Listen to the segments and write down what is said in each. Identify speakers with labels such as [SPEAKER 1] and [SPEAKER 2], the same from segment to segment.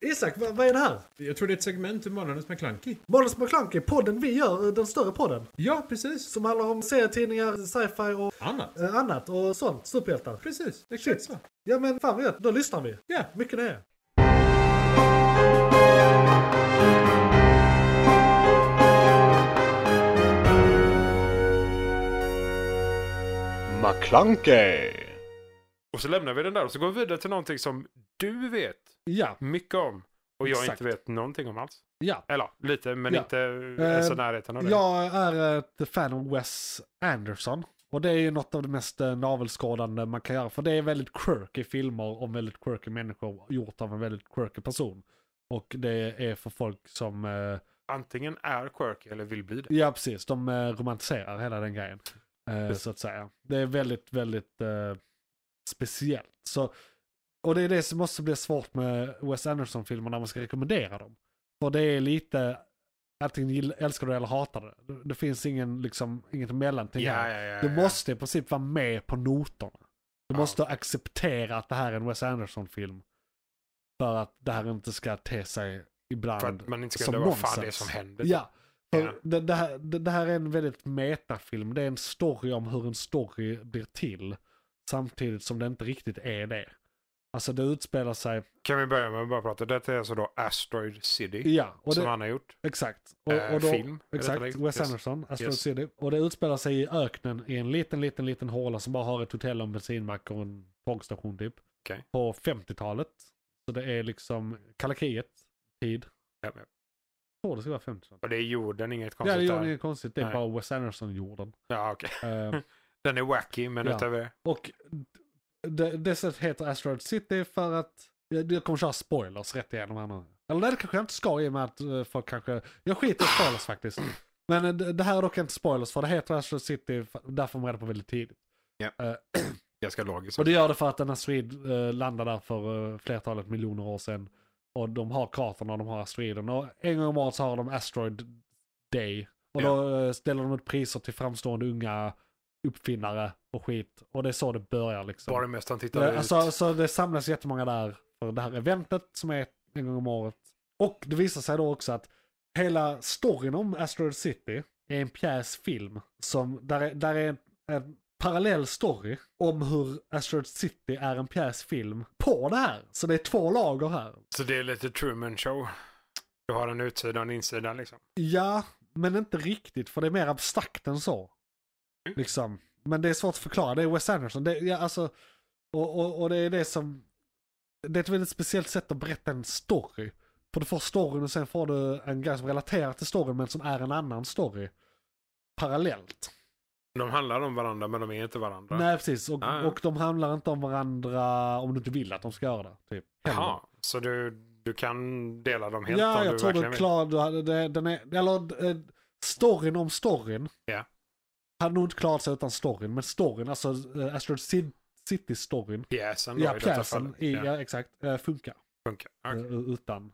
[SPEAKER 1] Isak, vad, vad är det här?
[SPEAKER 2] Jag tror det är ett segment ur Månadens McKlunky.
[SPEAKER 1] Måns McClunky, podden vi gör, eh, den större podden.
[SPEAKER 2] Ja, precis.
[SPEAKER 1] Som handlar om serietidningar, sci-fi och
[SPEAKER 2] Annat.
[SPEAKER 1] eh, annat och sånt. Superhjältar.
[SPEAKER 2] Precis, exakt så.
[SPEAKER 1] Ja men fan vad gött, då lyssnar vi.
[SPEAKER 2] Ja,
[SPEAKER 1] Mycket det.
[SPEAKER 3] McClunkey.
[SPEAKER 4] Och så lämnar vi den där och så går vi vidare till någonting som du vet
[SPEAKER 2] ja,
[SPEAKER 4] mycket om. Och jag
[SPEAKER 2] Exakt.
[SPEAKER 4] inte vet någonting om alls.
[SPEAKER 2] ja.
[SPEAKER 4] Eller lite, men
[SPEAKER 2] Ja.
[SPEAKER 4] inte ens i
[SPEAKER 2] Eh,
[SPEAKER 4] närheten av det.
[SPEAKER 2] Jag är ett fan av Wes Anderson. Och det är ju något av det mest eh, navelskådande man kan göra. För det är väldigt quirky filmer om väldigt quirky människor gjort av en väldigt quirky person. Och det är för folk som, eh,
[SPEAKER 4] Antingen är quirky eller vill bli det.
[SPEAKER 2] ja precis, de eh, romantiserar hela den grejen. Eh, så att säga. Det är väldigt, väldigt eh, speciellt. Så, och det är det som också blir svårt med Wes Anderson-filmer när man ska rekommendera dem. För det är lite, antingen gill- älskar du det eller hatar det. det. Det finns ingen, liksom, inget mellanting
[SPEAKER 4] Ja,
[SPEAKER 2] här.
[SPEAKER 4] ja, ja,
[SPEAKER 2] Du
[SPEAKER 4] ja.
[SPEAKER 2] måste i princip vara med på noterna. Du
[SPEAKER 4] Ja.
[SPEAKER 2] måste acceptera att det här är en Wes Anderson-film. För att det här inte ska te sig ibland
[SPEAKER 4] För att man inte ska
[SPEAKER 2] som
[SPEAKER 4] döma vad fan det är
[SPEAKER 2] nonsens.
[SPEAKER 4] som händer.
[SPEAKER 2] Ja. För
[SPEAKER 4] Ja.
[SPEAKER 2] Det, det, här, det, det här är en väldigt metafilm. Det är en story om hur en story blir till. Samtidigt som det inte riktigt är det. Alltså det utspelar sig,
[SPEAKER 4] Kan vi börja med att bara prata. Detta är alltså då Asteroid City.
[SPEAKER 2] ja, och
[SPEAKER 4] som
[SPEAKER 2] det,
[SPEAKER 4] han har gjort.
[SPEAKER 2] exakt. Och,
[SPEAKER 4] Eh,
[SPEAKER 2] och då,
[SPEAKER 4] film. rättare
[SPEAKER 2] Exakt,
[SPEAKER 4] sagt.
[SPEAKER 2] Wes
[SPEAKER 4] Yes.
[SPEAKER 2] Anderson, Astro
[SPEAKER 4] Yes.
[SPEAKER 2] City. Och det utspelar sig i öknen i en liten, liten, liten håla som bara har ett hotell och en bensinmack och en tågstation typ.
[SPEAKER 4] Okej.
[SPEAKER 2] På 50-talet. Så det är liksom kalla kriget-tid.
[SPEAKER 4] Ja, men-
[SPEAKER 2] Jag tror det ska vara 50-talet.
[SPEAKER 4] Och det är jorden, inget
[SPEAKER 2] Ja, det
[SPEAKER 4] konstigt
[SPEAKER 2] gjorde
[SPEAKER 4] där.
[SPEAKER 2] inget konstigt. Det är
[SPEAKER 4] Nej.
[SPEAKER 2] bara Wes Anderson-jorden.
[SPEAKER 4] Ja, okej.
[SPEAKER 2] Eh,
[SPEAKER 4] Den är wacky, men
[SPEAKER 2] Ja.
[SPEAKER 4] utöver det.
[SPEAKER 2] Och det, det stället heter Asteroid City för att jag jag kommer köra spoilers rätt igenom här nu. Eller nej, det kanske jag inte ska i och med att eh, folk kanske... Jag skiter i spoilers faktiskt. Men eh, det det här är dock inte spoilers för det heter Asteroid City, för- där får man reda på väldigt tidigt.
[SPEAKER 4] ganska logiskt.
[SPEAKER 2] Och det gör det för att en asteroid eh, landade där för eh, flertalet miljoner år sedan. Och de har kraterna och de har asteroiden. Och en gång om året så har de Asteroid Day. Och då eh, ställer de ut priser till framstående unga uppfinnare och skit. Och det är så det börjar liksom.
[SPEAKER 4] Bara mest han tittar
[SPEAKER 2] Ja,
[SPEAKER 4] ut.
[SPEAKER 2] Alltså, så det samlas jättemånga där för det här eventet som är en gång om året. Och det visar sig då också att hela storyn om Asteroid City är en pjäsfilm. Som, där, är, där är en, en parallell story om hur Asteroid City är en pjäsfilm på det här. Så det är två lager här.
[SPEAKER 4] Så det är lite Truman Show. Du har en utsida och en insida liksom.
[SPEAKER 2] Ja, men inte riktigt för det är mer abstrakt än så. Liksom. Men det är svårt att förklara, det är Wes Anderson. Det, ja, alltså, och, och, och det är det som... Det är ett väldigt speciellt sätt att berätta en story. För du får storyn och sen får du en grej som relaterar till storyn men som är en annan story. Parallellt.
[SPEAKER 4] De handlar om varandra men de är inte varandra.
[SPEAKER 2] Nej precis, och,
[SPEAKER 4] Ja, ja.
[SPEAKER 2] och de handlar inte om varandra om du inte vill att de ska göra det. Typ.
[SPEAKER 4] Jaha, så du, du kan dela dem helt
[SPEAKER 2] ja,
[SPEAKER 4] om
[SPEAKER 2] jag
[SPEAKER 4] du
[SPEAKER 2] tror
[SPEAKER 4] verkligen
[SPEAKER 2] du
[SPEAKER 4] vill.
[SPEAKER 2] klarar du hade, det, den är, eller eh, storyn om storyn.
[SPEAKER 4] Ja.
[SPEAKER 2] Hade nog inte klarat sig utan storyn, men storyn, alltså eh, Astrid Cid- City-storyn.
[SPEAKER 4] Pjäsen då
[SPEAKER 2] Ja,
[SPEAKER 4] i detta
[SPEAKER 2] pjäsen,
[SPEAKER 4] fallet.
[SPEAKER 2] i,
[SPEAKER 4] Ja,
[SPEAKER 2] ja. exakt, eh, funkar.
[SPEAKER 4] funkar. Okej.
[SPEAKER 2] eh, utan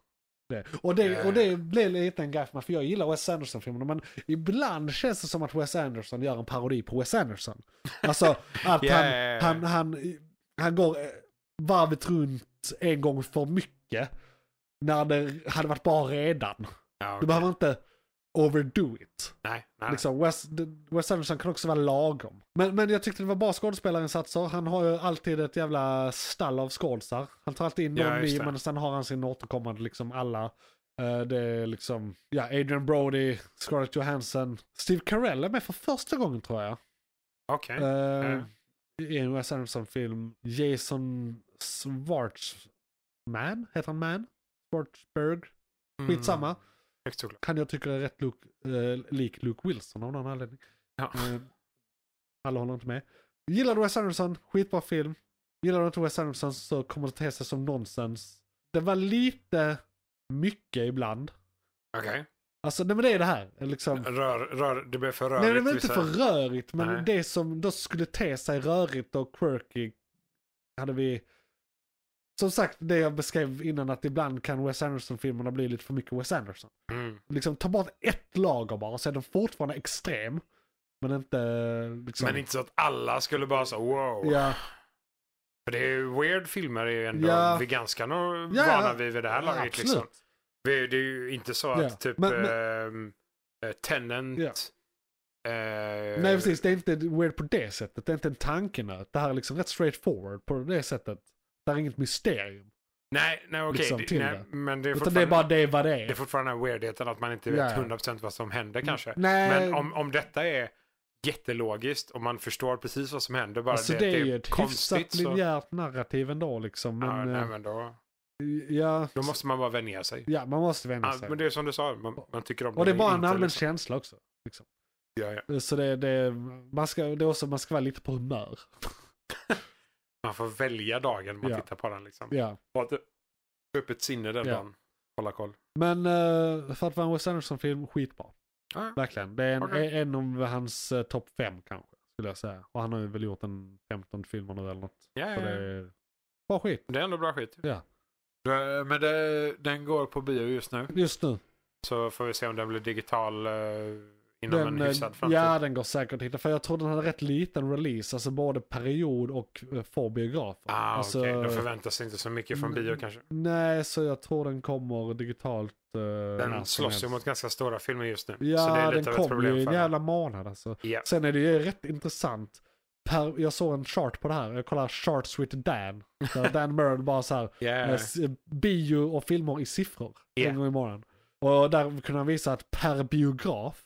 [SPEAKER 2] det. Och det,
[SPEAKER 4] Ja,
[SPEAKER 2] och det blev lite en grej för mig, för jag gillar Wes Anderson-filmerna, men ibland känns det som att Wes Anderson gör en parodi på Wes Anderson. Alltså att
[SPEAKER 4] Ja,
[SPEAKER 2] han,
[SPEAKER 4] ja, ja.
[SPEAKER 2] han, han, han går eh, varvet runt en gång för mycket. När det hade varit bra redan.
[SPEAKER 4] Ja,
[SPEAKER 2] Du
[SPEAKER 4] okej.
[SPEAKER 2] behöver inte overdo it.
[SPEAKER 4] Nej, nej.
[SPEAKER 2] Liksom, Wes, d- Wes Anderson kan också vara lagom. Men, men jag tyckte det var bra skådespelarinsatser. Han har ju alltid ett jävla stall av skådisar. Han tar alltid in någon
[SPEAKER 4] Ja, just
[SPEAKER 2] ny,
[SPEAKER 4] det.
[SPEAKER 2] men sen har han sin återkommande liksom alla. Eh, det är liksom, ja, Adrian Brody, Scarlett Johansson. Steve Carell är med för första gången tror jag.
[SPEAKER 4] Okej.
[SPEAKER 2] Eh,
[SPEAKER 4] Mm.
[SPEAKER 2] I en Wes Anderson-film. Jason Schwartzman, heter han Man? Schwartzberg?
[SPEAKER 4] Mm.
[SPEAKER 2] Skitsamma
[SPEAKER 4] Högt såklart.
[SPEAKER 2] han jag tycker är rätt Luke, eh, lik Luke Wilson av någon anledning.
[SPEAKER 4] Ja.
[SPEAKER 2] Eh, alla håller inte med. Gillar du Wes Anderson, skitbra film. Gillar du inte Wes Anderson så kommer det te sig som nonsens. Det var lite mycket ibland.
[SPEAKER 4] Okej.
[SPEAKER 2] Alltså nej men det är det här. Liksom.
[SPEAKER 4] Rör, rör, det blir för rörigt.
[SPEAKER 2] Nej det var inte
[SPEAKER 4] vissa-
[SPEAKER 2] för rörigt men
[SPEAKER 4] Nej.
[SPEAKER 2] det som då skulle te sig rörigt och quirky hade vi som sagt det jag beskrev innan att ibland kan Wes Anderson-filmerna bli lite för mycket Wes Anderson.
[SPEAKER 4] Mm.
[SPEAKER 2] Liksom ta bort ett lager bara så är den fortfarande extrem. Men inte liksom...
[SPEAKER 4] Men inte så att alla skulle bara så wow.
[SPEAKER 2] Ja,
[SPEAKER 4] För För det är ju weird filmer är ju ändå,
[SPEAKER 2] Ja.
[SPEAKER 4] vi är ganska no-
[SPEAKER 2] Ja, ja.
[SPEAKER 4] vana vid vid det här laget
[SPEAKER 2] absolut.
[SPEAKER 4] liksom. Vi, det är ju inte så att
[SPEAKER 2] Ja,
[SPEAKER 4] typ
[SPEAKER 2] men- men-
[SPEAKER 4] ehm, eh, Tenant...
[SPEAKER 2] Ja.
[SPEAKER 4] eh,
[SPEAKER 2] Nej precis, det är inte weird på det sättet. Det är inte en tankenöt. Det här är liksom rätt straight forward på det sättet. Det här är inget mysterium.
[SPEAKER 4] Nej, nej okej.
[SPEAKER 2] Liksom
[SPEAKER 4] det-
[SPEAKER 2] till
[SPEAKER 4] nej, men det är,
[SPEAKER 2] Utan det är bara det vad det är.
[SPEAKER 4] det är fortfarande den här weirdheten att man inte vet
[SPEAKER 2] Ja, ja.
[SPEAKER 4] 100% vad som händer kanske.
[SPEAKER 2] Nej.
[SPEAKER 4] Men om, om detta är jättelogiskt och man förstår precis vad som händer bara
[SPEAKER 2] Alltså
[SPEAKER 4] det,
[SPEAKER 2] det,
[SPEAKER 4] att
[SPEAKER 2] är ju
[SPEAKER 4] det är
[SPEAKER 2] ett
[SPEAKER 4] konstigt
[SPEAKER 2] hyfsat
[SPEAKER 4] så...
[SPEAKER 2] linjärt narrativ ändå liksom. Men,
[SPEAKER 4] ja, nej,
[SPEAKER 2] eh,
[SPEAKER 4] men då,
[SPEAKER 2] ja,
[SPEAKER 4] då måste man bara vänja sig.
[SPEAKER 2] ja, man måste vänja
[SPEAKER 4] Ja,
[SPEAKER 2] sig.
[SPEAKER 4] men det är som du sa, man, man tycker om
[SPEAKER 2] Och det är bara en
[SPEAKER 4] inte
[SPEAKER 2] allmän
[SPEAKER 4] liksom-
[SPEAKER 2] känsla också. Liksom.
[SPEAKER 4] Ja, ja.
[SPEAKER 2] Så det, det, man ska, det är också, man ska vara lite på humör.
[SPEAKER 4] Man får välja dagen man
[SPEAKER 2] Ja.
[SPEAKER 4] tittar på den. Liksom.
[SPEAKER 2] Ja.
[SPEAKER 4] Ha ett öppet sinne den
[SPEAKER 2] Ja.
[SPEAKER 4] dagen. Hålla koll.
[SPEAKER 2] Men eh, för att vara en Wes Anderson-film, skitbra.
[SPEAKER 4] Ja.
[SPEAKER 2] Verkligen. Det är en,
[SPEAKER 4] Okej.
[SPEAKER 2] en av hans uh, topp fem kanske, skulle jag säga. Och han har ju väl gjort en 15 filmer nu eller något.
[SPEAKER 4] Ja,
[SPEAKER 2] Så
[SPEAKER 4] ja,
[SPEAKER 2] det
[SPEAKER 4] ja.
[SPEAKER 2] är bra skit
[SPEAKER 4] Det är ändå bra skit.
[SPEAKER 2] Ja.
[SPEAKER 4] Det- Men det, den går på bio just nu.
[SPEAKER 2] just nu.
[SPEAKER 4] Så får vi se om den blir digital eh, inom
[SPEAKER 2] Den,
[SPEAKER 4] en
[SPEAKER 2] eh,
[SPEAKER 4] hyfsad framtid.
[SPEAKER 2] ja, den går säkert att hitta. För jag tror den hade rätt liten release, alltså både period och eh, för biografer.
[SPEAKER 4] Ah,
[SPEAKER 2] alltså,
[SPEAKER 4] okej. Då förväntas det inte så mycket från
[SPEAKER 2] Mm.
[SPEAKER 4] bio kanske.
[SPEAKER 2] Nej, så jag tror den kommer digitalt. eh, när som
[SPEAKER 4] Den slåss ju
[SPEAKER 2] helst.
[SPEAKER 4] mot ganska stora filmer just nu.
[SPEAKER 2] Ja,
[SPEAKER 4] så det är lite
[SPEAKER 2] den
[SPEAKER 4] av ett
[SPEAKER 2] kom ju
[SPEAKER 4] problem
[SPEAKER 2] i en
[SPEAKER 4] för dem.
[SPEAKER 2] jävla månad alltså.
[SPEAKER 4] Ja.
[SPEAKER 2] Sen är det ju rätt intressant. Per, jag såg en chart på det här. Jag kollar charts with Dan. Där Dan Murren bara så här. eh,
[SPEAKER 4] Yeah.
[SPEAKER 2] s- Bio och filmer i siffror.
[SPEAKER 4] Ja.
[SPEAKER 2] En gång i månaden. Och där kunde han visa att per biograf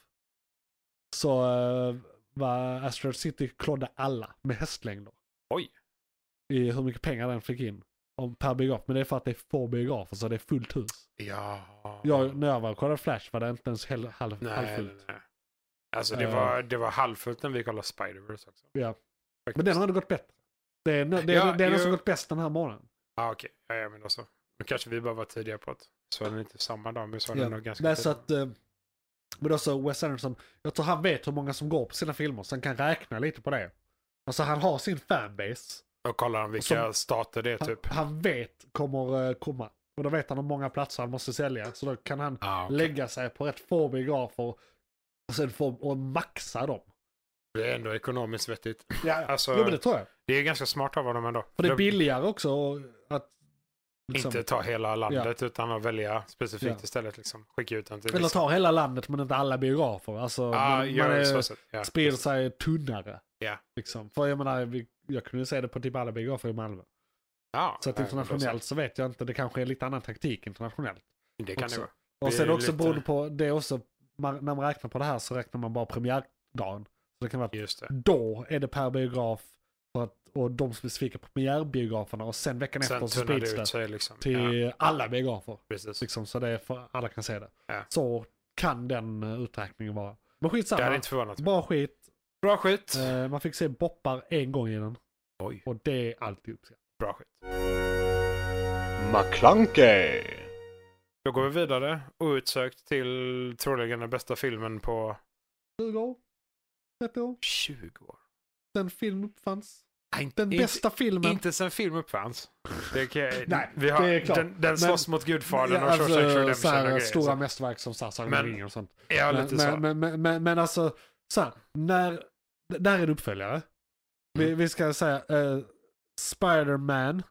[SPEAKER 2] så eh, var Astrid City klodde alla med hästlängder.
[SPEAKER 4] Oj.
[SPEAKER 2] I hur mycket pengar den fick in. Om per biograf. Men det är för att det är få biografer så det är fullt hus.
[SPEAKER 4] Ja.
[SPEAKER 2] Jag, när jag var och kollade Flash var det inte ens hel, halv,
[SPEAKER 4] nej, nej,
[SPEAKER 2] halvfullt.
[SPEAKER 4] nej. Alltså det,
[SPEAKER 2] Eh.
[SPEAKER 4] var, det var halvfullt när vi kollade Spider-Verse också.
[SPEAKER 2] Ja.
[SPEAKER 4] Faktiskt.
[SPEAKER 2] Men den hade gått bättre. Det är, no- det är,
[SPEAKER 4] Ja,
[SPEAKER 2] det är den
[SPEAKER 4] ju-
[SPEAKER 2] som gått bäst den här månaden.
[SPEAKER 4] Ah, okej. Ja, ja, men då så. Nu kanske vi bara var tidiga på att så var den inte samma dag, men så var
[SPEAKER 2] Ja.
[SPEAKER 4] den nog ganska
[SPEAKER 2] Nej,
[SPEAKER 4] tidig.
[SPEAKER 2] så att, eh, men också Wes Anderson, jag tror han vet hur många som går på sina filmer så han kan räkna lite på det. Alltså han har sin fanbase.
[SPEAKER 4] Och kollar han vilka
[SPEAKER 2] Som-
[SPEAKER 4] stater det är
[SPEAKER 2] Han,
[SPEAKER 4] typ.
[SPEAKER 2] han vet kommer eh, komma. Och då vet han hur många platser han måste sälja. Så då kan han
[SPEAKER 4] Ah, okej.
[SPEAKER 2] lägga sig på rätt få biografer och sen få, och maxa dem.
[SPEAKER 4] Det är ändå ekonomiskt vettigt.
[SPEAKER 2] Ja, ja.
[SPEAKER 4] Alltså-
[SPEAKER 2] jo, men det tror jag.
[SPEAKER 4] Det är ganska smart av honom ändå.
[SPEAKER 2] För det är
[SPEAKER 4] De-
[SPEAKER 2] billigare också att... liksom,
[SPEAKER 4] Inte ta hela landet utan att välja specifikt
[SPEAKER 2] Ja.
[SPEAKER 4] istället. Liksom. Skicka ut den till...
[SPEAKER 2] Eller ta hela landet men inte alla biografer. Alltså,
[SPEAKER 4] ah,
[SPEAKER 2] man,
[SPEAKER 4] gör
[SPEAKER 2] man
[SPEAKER 4] det
[SPEAKER 2] är,
[SPEAKER 4] så sätt. Ja.
[SPEAKER 2] sprider sig tunnare.
[SPEAKER 4] Ja.
[SPEAKER 2] Liksom. För jag menar, vi, jag kunde ju säga det på typ alla biografer i Malmö.
[SPEAKER 4] Ja,
[SPEAKER 2] Så att
[SPEAKER 4] nej,
[SPEAKER 2] internationellt så vet jag inte, det kanske är lite annan taktik internationellt.
[SPEAKER 4] men då så. Det kan
[SPEAKER 2] också.
[SPEAKER 4] det vara.
[SPEAKER 2] Och
[SPEAKER 4] Det är
[SPEAKER 2] sen också
[SPEAKER 4] lite-
[SPEAKER 2] beroende på, det är också, man, när man räknar på det här så räknar man bara premiärdagen. Så det kan vara att
[SPEAKER 4] Just det.
[SPEAKER 2] då är det per biograf för att, och de specifika premiärbiograferna och sen veckan efter
[SPEAKER 4] Sen
[SPEAKER 2] så
[SPEAKER 4] tunnar
[SPEAKER 2] sprids
[SPEAKER 4] det
[SPEAKER 2] det
[SPEAKER 4] ut sig liksom.
[SPEAKER 2] till
[SPEAKER 4] Ja,
[SPEAKER 2] alla biografer.
[SPEAKER 4] precis.
[SPEAKER 2] Liksom, så det är för alla kan se det.
[SPEAKER 4] Ja.
[SPEAKER 2] Så kan den eh, uträkningen vara. Men skitsamma.
[SPEAKER 4] Det hade inte förvånat mig.
[SPEAKER 2] Bra skit.
[SPEAKER 4] Bra skit.
[SPEAKER 2] Eh, man fick se boppar en gång i den.
[SPEAKER 4] Oj,
[SPEAKER 2] Och det är alltid uppskattat.
[SPEAKER 4] bra skit.
[SPEAKER 3] McClunkey,
[SPEAKER 4] Då går vi vidare outsökt till troligen den bästa filmen på
[SPEAKER 2] 20 år? 30 år?
[SPEAKER 4] 20 år.
[SPEAKER 2] Den film uppfanns.
[SPEAKER 4] Nej,
[SPEAKER 2] Den
[SPEAKER 4] inte,
[SPEAKER 2] bästa filmen.
[SPEAKER 4] Inte sen film uppfanns. Det kan,
[SPEAKER 2] Nej,
[SPEAKER 4] vi har,
[SPEAKER 2] det är klart.
[SPEAKER 4] Den, den slåss mot Gudfadern och
[SPEAKER 2] alltså,
[SPEAKER 4] Shawshank Redemption
[SPEAKER 2] så
[SPEAKER 4] och
[SPEAKER 2] här,
[SPEAKER 4] grejer.
[SPEAKER 2] stora
[SPEAKER 4] så-
[SPEAKER 2] mästerverk som så här, Sagan om
[SPEAKER 4] Men-
[SPEAKER 2] ringen och sånt.
[SPEAKER 4] Ja,
[SPEAKER 2] Men,
[SPEAKER 4] lite så.
[SPEAKER 2] men, men, men, men, men alltså, så här, när, d- där är en uppföljare. Vi,
[SPEAKER 4] Mm.
[SPEAKER 2] vi ska säga eh, Spider-Man,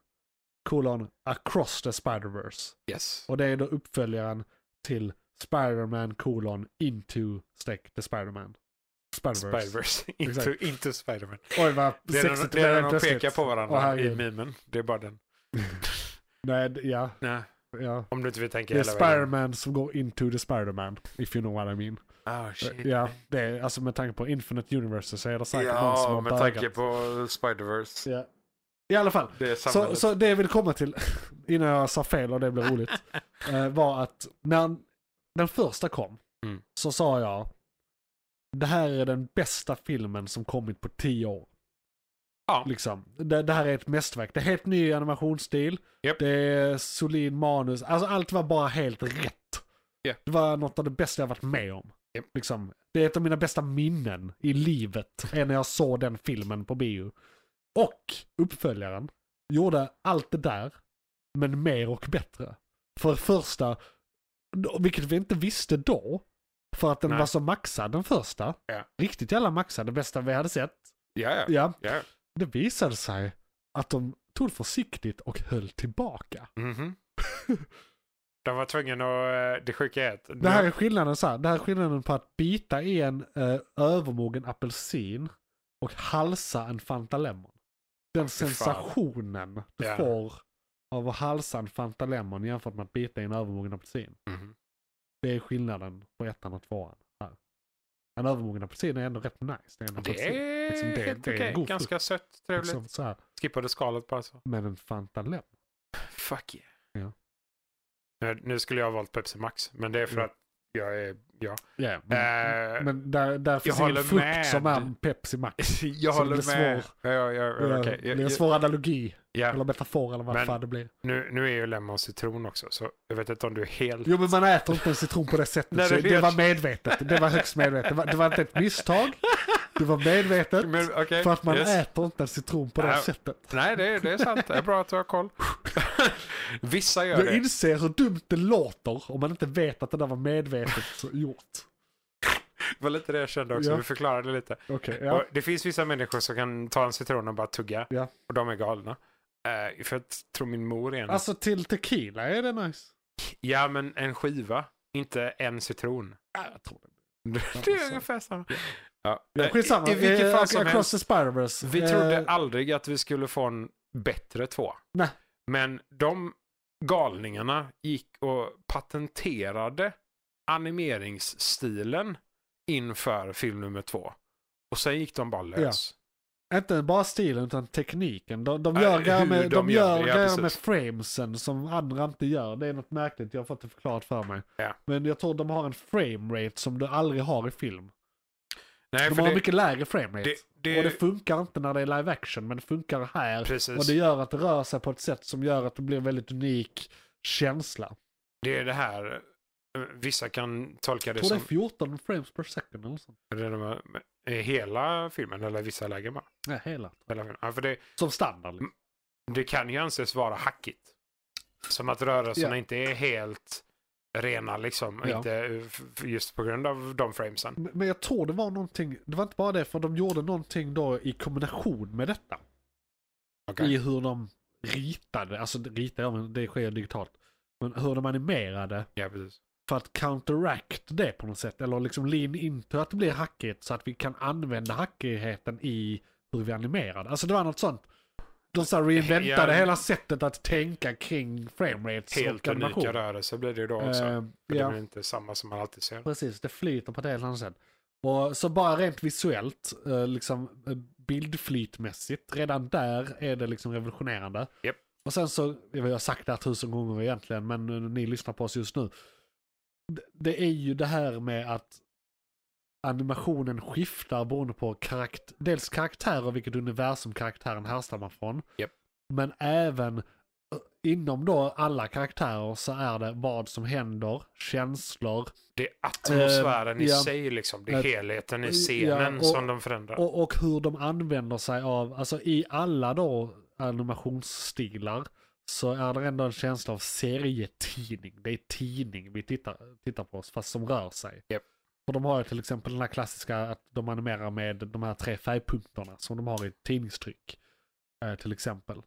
[SPEAKER 2] kolon, across the Spider-Verse.
[SPEAKER 4] yes.
[SPEAKER 2] Och det är då uppföljaren till Spider-Man, kolon, into, streck, the Spider-Man. Spider-Verse.
[SPEAKER 4] Spiderverse. inte,
[SPEAKER 2] Exakt.
[SPEAKER 4] inte Spiderman.
[SPEAKER 2] Oj vad
[SPEAKER 4] Det är när-
[SPEAKER 2] sexigt
[SPEAKER 4] det är när de
[SPEAKER 2] plötsligt.
[SPEAKER 4] pekar på
[SPEAKER 2] Åh,
[SPEAKER 4] varandra
[SPEAKER 2] herregud.
[SPEAKER 4] i mimen. Det är bara den.
[SPEAKER 2] Nej, d- ja,
[SPEAKER 4] Nej,
[SPEAKER 2] ja.
[SPEAKER 4] om du inte vill tänka
[SPEAKER 2] Det är
[SPEAKER 4] hela vägen.
[SPEAKER 2] Spiderman som går into the Spiderman, if you know what I mean.
[SPEAKER 4] Ah, shit.
[SPEAKER 2] Ja, det är, alltså med tanke på Infinite Universe så är det säkert någon som
[SPEAKER 4] Ja,
[SPEAKER 2] har
[SPEAKER 4] med tanke
[SPEAKER 2] bögat.
[SPEAKER 4] på Spiderverse.
[SPEAKER 2] Ja. I alla fall,
[SPEAKER 4] Det är
[SPEAKER 2] så,
[SPEAKER 4] samhället.
[SPEAKER 2] så det jag vill komma till, innan jag sa fel och det blev roligt, eh, var att när den första kom
[SPEAKER 4] Mm.
[SPEAKER 2] så sa jag det här är den bästa filmen som kommit på tio år.
[SPEAKER 4] Ja.
[SPEAKER 2] Liksom. Det, det här är ett mästerverk. Det är helt ny animationsstil.
[SPEAKER 4] Japp.
[SPEAKER 2] Det är solid manus. Alltså allt var bara helt rätt.
[SPEAKER 4] Ja.
[SPEAKER 2] Det var något av det bästa jag varit med om.
[SPEAKER 4] Japp.
[SPEAKER 2] Liksom. Det är ett av mina bästa minnen i livet. Är när jag såg den filmen på bio. Och uppföljaren gjorde allt det där, men mer och bättre. För det första, vilket vi inte visste då, för att den
[SPEAKER 4] Nej.
[SPEAKER 2] var så maxad den första.
[SPEAKER 4] Ja.
[SPEAKER 2] Riktigt jävla maxad, det bästa vi hade sett.
[SPEAKER 4] Ja, ja.
[SPEAKER 2] Ja,
[SPEAKER 4] ja.
[SPEAKER 2] det visade sig att de tog det försiktigt och höll tillbaka.
[SPEAKER 4] Mhm. De var tvungna att... eh, Det sjuka är att...
[SPEAKER 2] Det här är skillnaden, så här, det här är skillnaden på att bita i en eh, övermogen apelsin och halsa en Fanta Lemon. Den
[SPEAKER 4] fy fan.
[SPEAKER 2] sensationen du
[SPEAKER 4] Ja.
[SPEAKER 2] får av att halsa en Fanta Lemon jämfört med att bita i en övermogen apelsin.
[SPEAKER 4] Mhm.
[SPEAKER 2] Det är skillnaden på ettan och tvåan. Här. En övermogen apelsin är ändå rätt nice. Det är, en
[SPEAKER 4] Det
[SPEAKER 2] apelsin,
[SPEAKER 4] är
[SPEAKER 2] Liksom, det-
[SPEAKER 4] helt
[SPEAKER 2] det är en
[SPEAKER 4] okej.
[SPEAKER 2] god
[SPEAKER 4] Ganska sött, trevligt.
[SPEAKER 2] liksom, så här,
[SPEAKER 4] Skippade skalet bara så.
[SPEAKER 2] men en Fanta Lemon.
[SPEAKER 4] Fuck yeah.
[SPEAKER 2] Ja.
[SPEAKER 4] Nu, nu skulle jag ha valt Pepsi Max, men det är för
[SPEAKER 2] Mm.
[SPEAKER 4] att jag är... Ja.
[SPEAKER 2] Ja, men,
[SPEAKER 4] Eh,
[SPEAKER 2] men där, där finns ingen
[SPEAKER 4] håller
[SPEAKER 2] frukt
[SPEAKER 4] med.
[SPEAKER 2] som är Pepsi Max.
[SPEAKER 4] jag
[SPEAKER 2] så det blir
[SPEAKER 4] håller med.
[SPEAKER 2] svår-
[SPEAKER 4] Ja, ja, ja, okej.
[SPEAKER 2] Det är
[SPEAKER 4] Ja,
[SPEAKER 2] en svår analogi,
[SPEAKER 4] ja.
[SPEAKER 2] eller metafor eller vad
[SPEAKER 4] Men-
[SPEAKER 2] fan det blir.
[SPEAKER 4] Nu, nu är ju lemon citron också, så jag vet inte om du är helt...
[SPEAKER 2] Jo men man äter inte en citron på det sättet.
[SPEAKER 4] Nej,
[SPEAKER 2] så
[SPEAKER 4] det
[SPEAKER 2] det,
[SPEAKER 4] vet
[SPEAKER 2] var
[SPEAKER 4] jag.
[SPEAKER 2] medvetet. Det var högst medvetet. Det var, det var inte ett misstag. Det var medvetet.
[SPEAKER 4] Men, okej,
[SPEAKER 2] för att man
[SPEAKER 4] yes.
[SPEAKER 2] äter inte en citron på det
[SPEAKER 4] Nej.
[SPEAKER 2] sättet.
[SPEAKER 4] Nej, det, är- det är sant. Det är bra att du har koll. Vissa gör
[SPEAKER 2] Jag
[SPEAKER 4] det.
[SPEAKER 2] inser hur dumt det låter om man inte vet att det där var medvetet gjort.
[SPEAKER 4] Det var lite det jag kände också.
[SPEAKER 2] Ja.
[SPEAKER 4] Du förklarade lite.
[SPEAKER 2] Okej, ja.
[SPEAKER 4] Och det finns vissa människor som kan ta en citron och bara tugga.
[SPEAKER 2] Ja.
[SPEAKER 4] Och de är galna. Eh, för jag tror min mor är en...
[SPEAKER 2] Alltså till tequila är det nice.
[SPEAKER 4] Ja, men en skiva. Inte en citron.
[SPEAKER 2] Ja, jag tror det.
[SPEAKER 4] Det är ungefär samma. Ja.
[SPEAKER 2] Ja, skitsamma.
[SPEAKER 4] I, I vilket fall
[SPEAKER 2] Eh,
[SPEAKER 4] som
[SPEAKER 2] Across
[SPEAKER 4] helst.
[SPEAKER 2] the Spider-Verse.
[SPEAKER 4] Vi trodde
[SPEAKER 2] Eh,
[SPEAKER 4] aldrig att vi skulle få en bättre två.
[SPEAKER 2] Nej.
[SPEAKER 4] Men de galningarna gick och patenterade animeringsstilen inför film nummer två. Och sen gick de bara lös.
[SPEAKER 2] Inte bara stilen utan tekniken. De, de
[SPEAKER 4] Nej,
[SPEAKER 2] gör grejer
[SPEAKER 4] hur
[SPEAKER 2] med,
[SPEAKER 4] de
[SPEAKER 2] de
[SPEAKER 4] gör
[SPEAKER 2] gör
[SPEAKER 4] det, ja,
[SPEAKER 2] grejer
[SPEAKER 4] precis.
[SPEAKER 2] med framesen som andra inte gör. Det är något märkligt, jag har fått det förklarat för mig.
[SPEAKER 4] Ja.
[SPEAKER 2] Men jag tror de har en framerate som du aldrig har i film.
[SPEAKER 4] Nej,
[SPEAKER 2] De
[SPEAKER 4] för
[SPEAKER 2] har
[SPEAKER 4] det,
[SPEAKER 2] mycket lägre framerate.
[SPEAKER 4] det, det,
[SPEAKER 2] Och det funkar inte när det är live action, men det funkar här.
[SPEAKER 4] Precis.
[SPEAKER 2] Och det gör att det rör sig på ett sätt som gör att det blir en väldigt unik känsla.
[SPEAKER 4] det är det här. eh, Vissa kan tolka
[SPEAKER 2] Jag
[SPEAKER 4] det
[SPEAKER 2] tror det är
[SPEAKER 4] som
[SPEAKER 2] 14 frames per second eller sånt.
[SPEAKER 4] det är de här- eh, hela filmen eller vissa lägen bara.
[SPEAKER 2] Nej, hela.
[SPEAKER 4] Hela filmen. Ja, för det,
[SPEAKER 2] Som standard. Liksom.
[SPEAKER 4] det kan ju anses vara hackigt. Som att rörelserna
[SPEAKER 2] Ja.
[SPEAKER 4] inte är helt rena liksom. och
[SPEAKER 2] Ja. Mm.
[SPEAKER 4] Inte eh, f- f- just på grund av de framesen.
[SPEAKER 2] Men men jag tror det var någonting, det var inte bara det, för de gjorde någonting då i kombination med detta.
[SPEAKER 4] Okej.
[SPEAKER 2] i hur de ritade, alltså ritade, ja, men det sker digitalt, men hur de animerade
[SPEAKER 4] Ja, precis.
[SPEAKER 2] för att counteract det på något sätt, eller liksom lean into att det blir hackigt så att vi kan använda hackigheten i hur vi animerade. Alltså det var något sånt. De så här reinventade
[SPEAKER 4] Ja.
[SPEAKER 2] hela sättet att tänka kring framerates
[SPEAKER 4] Helt
[SPEAKER 2] och animation.
[SPEAKER 4] unika rörelser blir det ju då också.
[SPEAKER 2] Eh,
[SPEAKER 4] För
[SPEAKER 2] ja.
[SPEAKER 4] Det blir inte samma som man alltid ser.
[SPEAKER 2] Precis, det flyter på ett helt annat sätt. Och så bara rent visuellt, eh, liksom eh, bildflytmässigt, redan där är det liksom revolutionerande.
[SPEAKER 4] Japp.
[SPEAKER 2] Och sen så, jag har sagt det här tusen gånger egentligen, men eh, ni lyssnar på oss just nu. D- Det är ju det här med att animationen skiftar beroende på karakt dels karaktär och vilket universum karaktären härstammar från.
[SPEAKER 4] Japp.
[SPEAKER 2] Men även eh, inom då alla karaktärer så är det vad som händer, känslor,
[SPEAKER 4] Det är atmosfären i
[SPEAKER 2] Eh, ja.
[SPEAKER 4] sig liksom. Det är
[SPEAKER 2] Eh,
[SPEAKER 4] helheten
[SPEAKER 2] ja,
[SPEAKER 4] i scenen
[SPEAKER 2] och-
[SPEAKER 4] som de förändrar.
[SPEAKER 2] Och, och hur de använder sig av, alltså i alla då animationsstilar så är det ändå en känsla av serietidning. Det är tidning vi tittar, tittar på, fast som rör sig.
[SPEAKER 4] Japp.
[SPEAKER 2] För de har ju till exempel den här klassiska att de animerar med de här tre färgpunkterna som de har i ett tidningstryck. Eh, till exempel.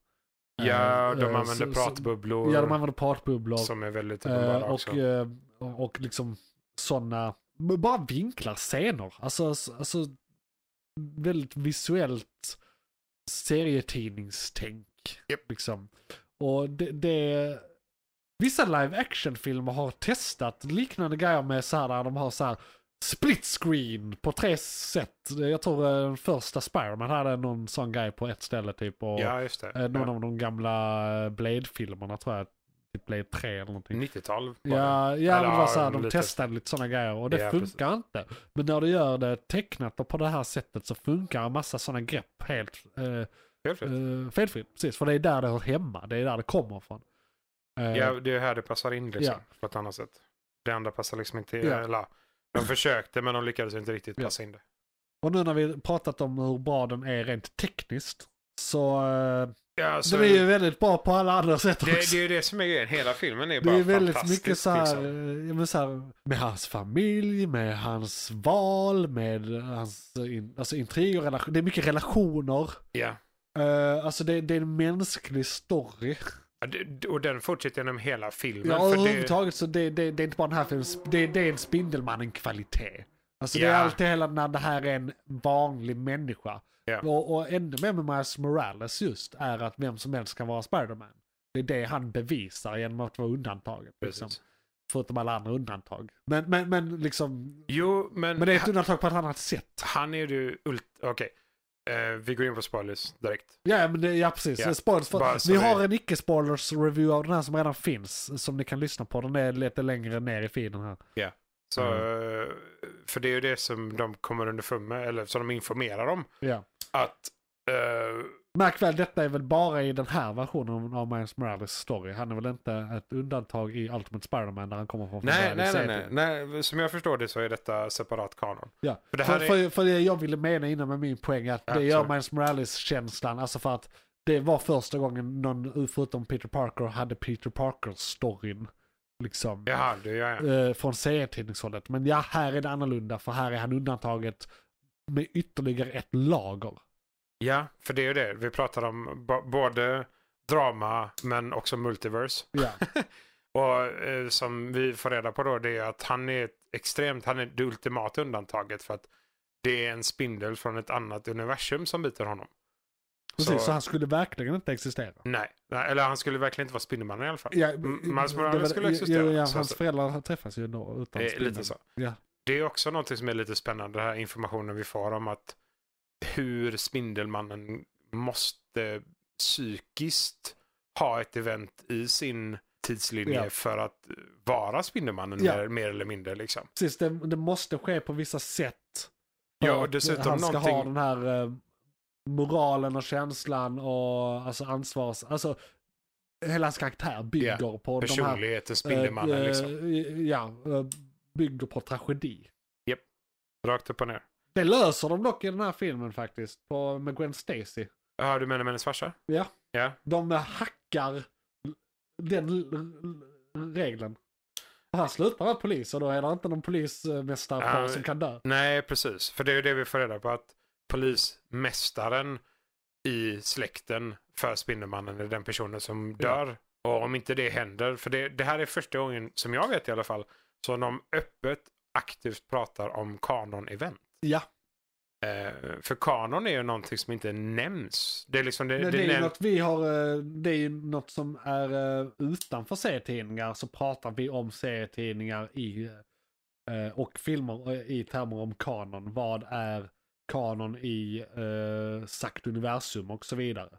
[SPEAKER 4] ja,
[SPEAKER 2] Eh,
[SPEAKER 4] de
[SPEAKER 2] eh, så-
[SPEAKER 4] använder
[SPEAKER 2] så-
[SPEAKER 4] pratbubblor
[SPEAKER 2] Ja, de använder pratbubblor.
[SPEAKER 4] som är väldigt
[SPEAKER 2] Eh,
[SPEAKER 4] uppenbara också.
[SPEAKER 2] och, eh, och, och liksom sådana, men bara vinklar, scener. Alltså, s- alltså väldigt visuellt serietidningstänk.
[SPEAKER 4] Japp.
[SPEAKER 2] Liksom. Och det, det, vissa live action-filmer har testat liknande grejer med så här där de har så här split screen på tre sätt. Jag tror eh, den första Spiderman hade någon sån grej på ett ställe typ. Och,
[SPEAKER 4] ja, just det.
[SPEAKER 2] eh, Någon
[SPEAKER 4] Ja.
[SPEAKER 2] av de gamla eh, Blade-filmerna tror jag. Typ Blade 3 eller någonting.
[SPEAKER 4] 90-tal. bara.
[SPEAKER 2] Ja, ja men det var
[SPEAKER 4] ja,
[SPEAKER 2] så här, de
[SPEAKER 4] lite.
[SPEAKER 2] testade lite sådana grejer och det
[SPEAKER 4] Ja,
[SPEAKER 2] funkar inte. Men när du gör det tecknat och på det här sättet så funkar en massa sådana grepp helt eh,
[SPEAKER 4] Helt rätt.
[SPEAKER 2] eh, felfritt. Precis, för det är där det hör hemma, det är där det kommer ifrån. Eh,
[SPEAKER 4] Ja, det är här det passar in liksom.
[SPEAKER 2] ja.
[SPEAKER 4] På ett annat sätt. Det andra passar liksom inte.
[SPEAKER 2] Ja.
[SPEAKER 4] Eller, de försökte men de lyckades inte riktigt
[SPEAKER 2] Ja.
[SPEAKER 4] passa in det.
[SPEAKER 2] Och nu när vi pratat om hur bra den är rent tekniskt så, eh,
[SPEAKER 4] Ja, så
[SPEAKER 2] den är ju väldigt bra på alla andra sätt
[SPEAKER 4] det,
[SPEAKER 2] också.
[SPEAKER 4] det är ju det som är grejen. Hela filmen är
[SPEAKER 2] Det
[SPEAKER 4] bara
[SPEAKER 2] är väldigt
[SPEAKER 4] fantastisk,
[SPEAKER 2] mycket så här,
[SPEAKER 4] liksom.
[SPEAKER 2] eh, ja, men så här, med hans familj, med hans val, med hans in, alltså intriger, relation, det är mycket relationer.
[SPEAKER 4] Ja,
[SPEAKER 2] Eh, alltså det, det är en mänsklig story.
[SPEAKER 4] Ja, det- Och den fortsätter genom hela filmen.
[SPEAKER 2] Ja,
[SPEAKER 4] för det,
[SPEAKER 2] överhuvudtaget så det, det, det är inte bara den här filmen, det, det är en Spindelmannen-kvalitet. Alltså det
[SPEAKER 4] Ja.
[SPEAKER 2] är alltid hela när det här är en vanlig människa.
[SPEAKER 4] Ja.
[SPEAKER 2] Och, och ännu mer med Miles Morales just är att vem som helst kan vara Spiderman. Det är det han bevisar genom att vara undantaget. Liksom.
[SPEAKER 4] Precis.
[SPEAKER 2] Förutom alla andra undantag. Men, men, men, liksom,
[SPEAKER 4] Jo, men,
[SPEAKER 2] men det är ett undantag på ett annat sätt.
[SPEAKER 4] han är ju ult... Okej. Eh, vi går in på spoilers direkt.
[SPEAKER 2] Ja, men det, ja precis.
[SPEAKER 4] Ja.
[SPEAKER 2] Spoilers för,
[SPEAKER 4] Bara så
[SPEAKER 2] vi
[SPEAKER 4] vi-
[SPEAKER 2] har en icke-spoilers-review av den här som redan finns. Som ni kan lyssna på. Den är lite längre ner i feeden här.
[SPEAKER 4] Så,
[SPEAKER 2] Mm.
[SPEAKER 4] eh, För det är ju det som de kommer underfund med, eller som de informerar om.
[SPEAKER 2] Ja.
[SPEAKER 4] Att eh,
[SPEAKER 2] Märk väl, detta är väl bara i den här versionen av Miles Morales story. Han är väl inte ett undantag i Ultimate Spider-Man där han kommer från.
[SPEAKER 4] Nej,
[SPEAKER 2] från
[SPEAKER 4] nej, nej,
[SPEAKER 2] serien.
[SPEAKER 4] nej, nej. Som jag förstår det så är detta separat kanon.
[SPEAKER 2] Ja. För,
[SPEAKER 4] För det här är-
[SPEAKER 2] för, för det jag ville mena innan med min poäng är att
[SPEAKER 4] Ja,
[SPEAKER 2] det gör
[SPEAKER 4] sorry.
[SPEAKER 2] Miles Morales-känslan, alltså för att det var första gången någon, förutom Peter Parker, hade Peter Parker-storyn. Liksom.
[SPEAKER 4] Jaha, du, ja, ja.
[SPEAKER 2] eh, från serietidningshållet. Men ja, här är det annorlunda för här är han undantaget med ytterligare ett lager.
[SPEAKER 4] ja, för det är ju det. Vi pratar om b- både drama men också multiverse.
[SPEAKER 2] Ja,
[SPEAKER 4] Och eh, som vi får reda på då det är att han är ett extremt, han är det ultimata undantaget för att det är en spindel från ett annat universum som biter honom.
[SPEAKER 2] precis.
[SPEAKER 4] Så-
[SPEAKER 2] Så, han skulle verkligen inte existera.
[SPEAKER 4] Nej, nej, eller han skulle verkligen inte vara Spindelmannen i alla fall.
[SPEAKER 2] Ja,
[SPEAKER 4] M-
[SPEAKER 2] det
[SPEAKER 4] Miles Morales
[SPEAKER 2] var-
[SPEAKER 4] skulle existera,
[SPEAKER 2] Ja, ja,
[SPEAKER 4] så
[SPEAKER 2] hans
[SPEAKER 4] att-
[SPEAKER 2] föräldrar träffas ju då utan
[SPEAKER 4] Det är
[SPEAKER 2] spindeln.
[SPEAKER 4] lite så.
[SPEAKER 2] Ja.
[SPEAKER 4] Det är också något som är lite spännande, den här informationen vi får om att hur Spindelmannen måste psykiskt ha ett event i sin tidslinje
[SPEAKER 2] Ja.
[SPEAKER 4] för att vara Spindelmannen
[SPEAKER 2] Ja.
[SPEAKER 4] mer, mer eller mindre. Liksom.
[SPEAKER 2] Precis, det, det måste ske på vissa sätt. för
[SPEAKER 4] Ja, och
[SPEAKER 2] att
[SPEAKER 4] dessutom
[SPEAKER 2] han ska ha
[SPEAKER 4] någonting-
[SPEAKER 2] den här eh, moralen och känslan och alltså ansvars... Alltså, hela hans karaktär bygger på de här
[SPEAKER 4] Personligheten, Spindelmannen,
[SPEAKER 2] Eh,
[SPEAKER 4] liksom.
[SPEAKER 2] eh, Ja, eh, bygger på tragedi.
[SPEAKER 4] Rakt upp och ner.
[SPEAKER 2] Det löser de dock i den här filmen faktiskt, på, med Gwen Stacy.
[SPEAKER 4] Ja, du menar med hennes farsa?
[SPEAKER 2] Ja.
[SPEAKER 4] Ja.
[SPEAKER 2] De hackar den l- l- l- regeln. Och han slutar vara polis och då är det inte någon polismästare kvar
[SPEAKER 4] Ja,
[SPEAKER 2] som kan dö.
[SPEAKER 4] Nej, precis. För det är ju det vi får reda på att polismästaren i släkten för Spindelmannen är den personen som
[SPEAKER 2] Ja.
[SPEAKER 4] dör. Och om inte det händer, för det, det här är första gången, som jag vet i alla fall, som de öppet aktivt pratar om kanon-event.
[SPEAKER 2] Ja,
[SPEAKER 4] Eh, för kanon är ju någonting som inte nämns. Det är liksom det,
[SPEAKER 2] det,
[SPEAKER 4] det
[SPEAKER 2] är ju
[SPEAKER 4] näm-
[SPEAKER 2] något vi har, eh, det är ju något som är eh, utanför serietidningar så pratar vi om serietidningar i, eh, och filmer eh, i termer om kanon. Vad är kanon i eh, sagt universum och så vidare.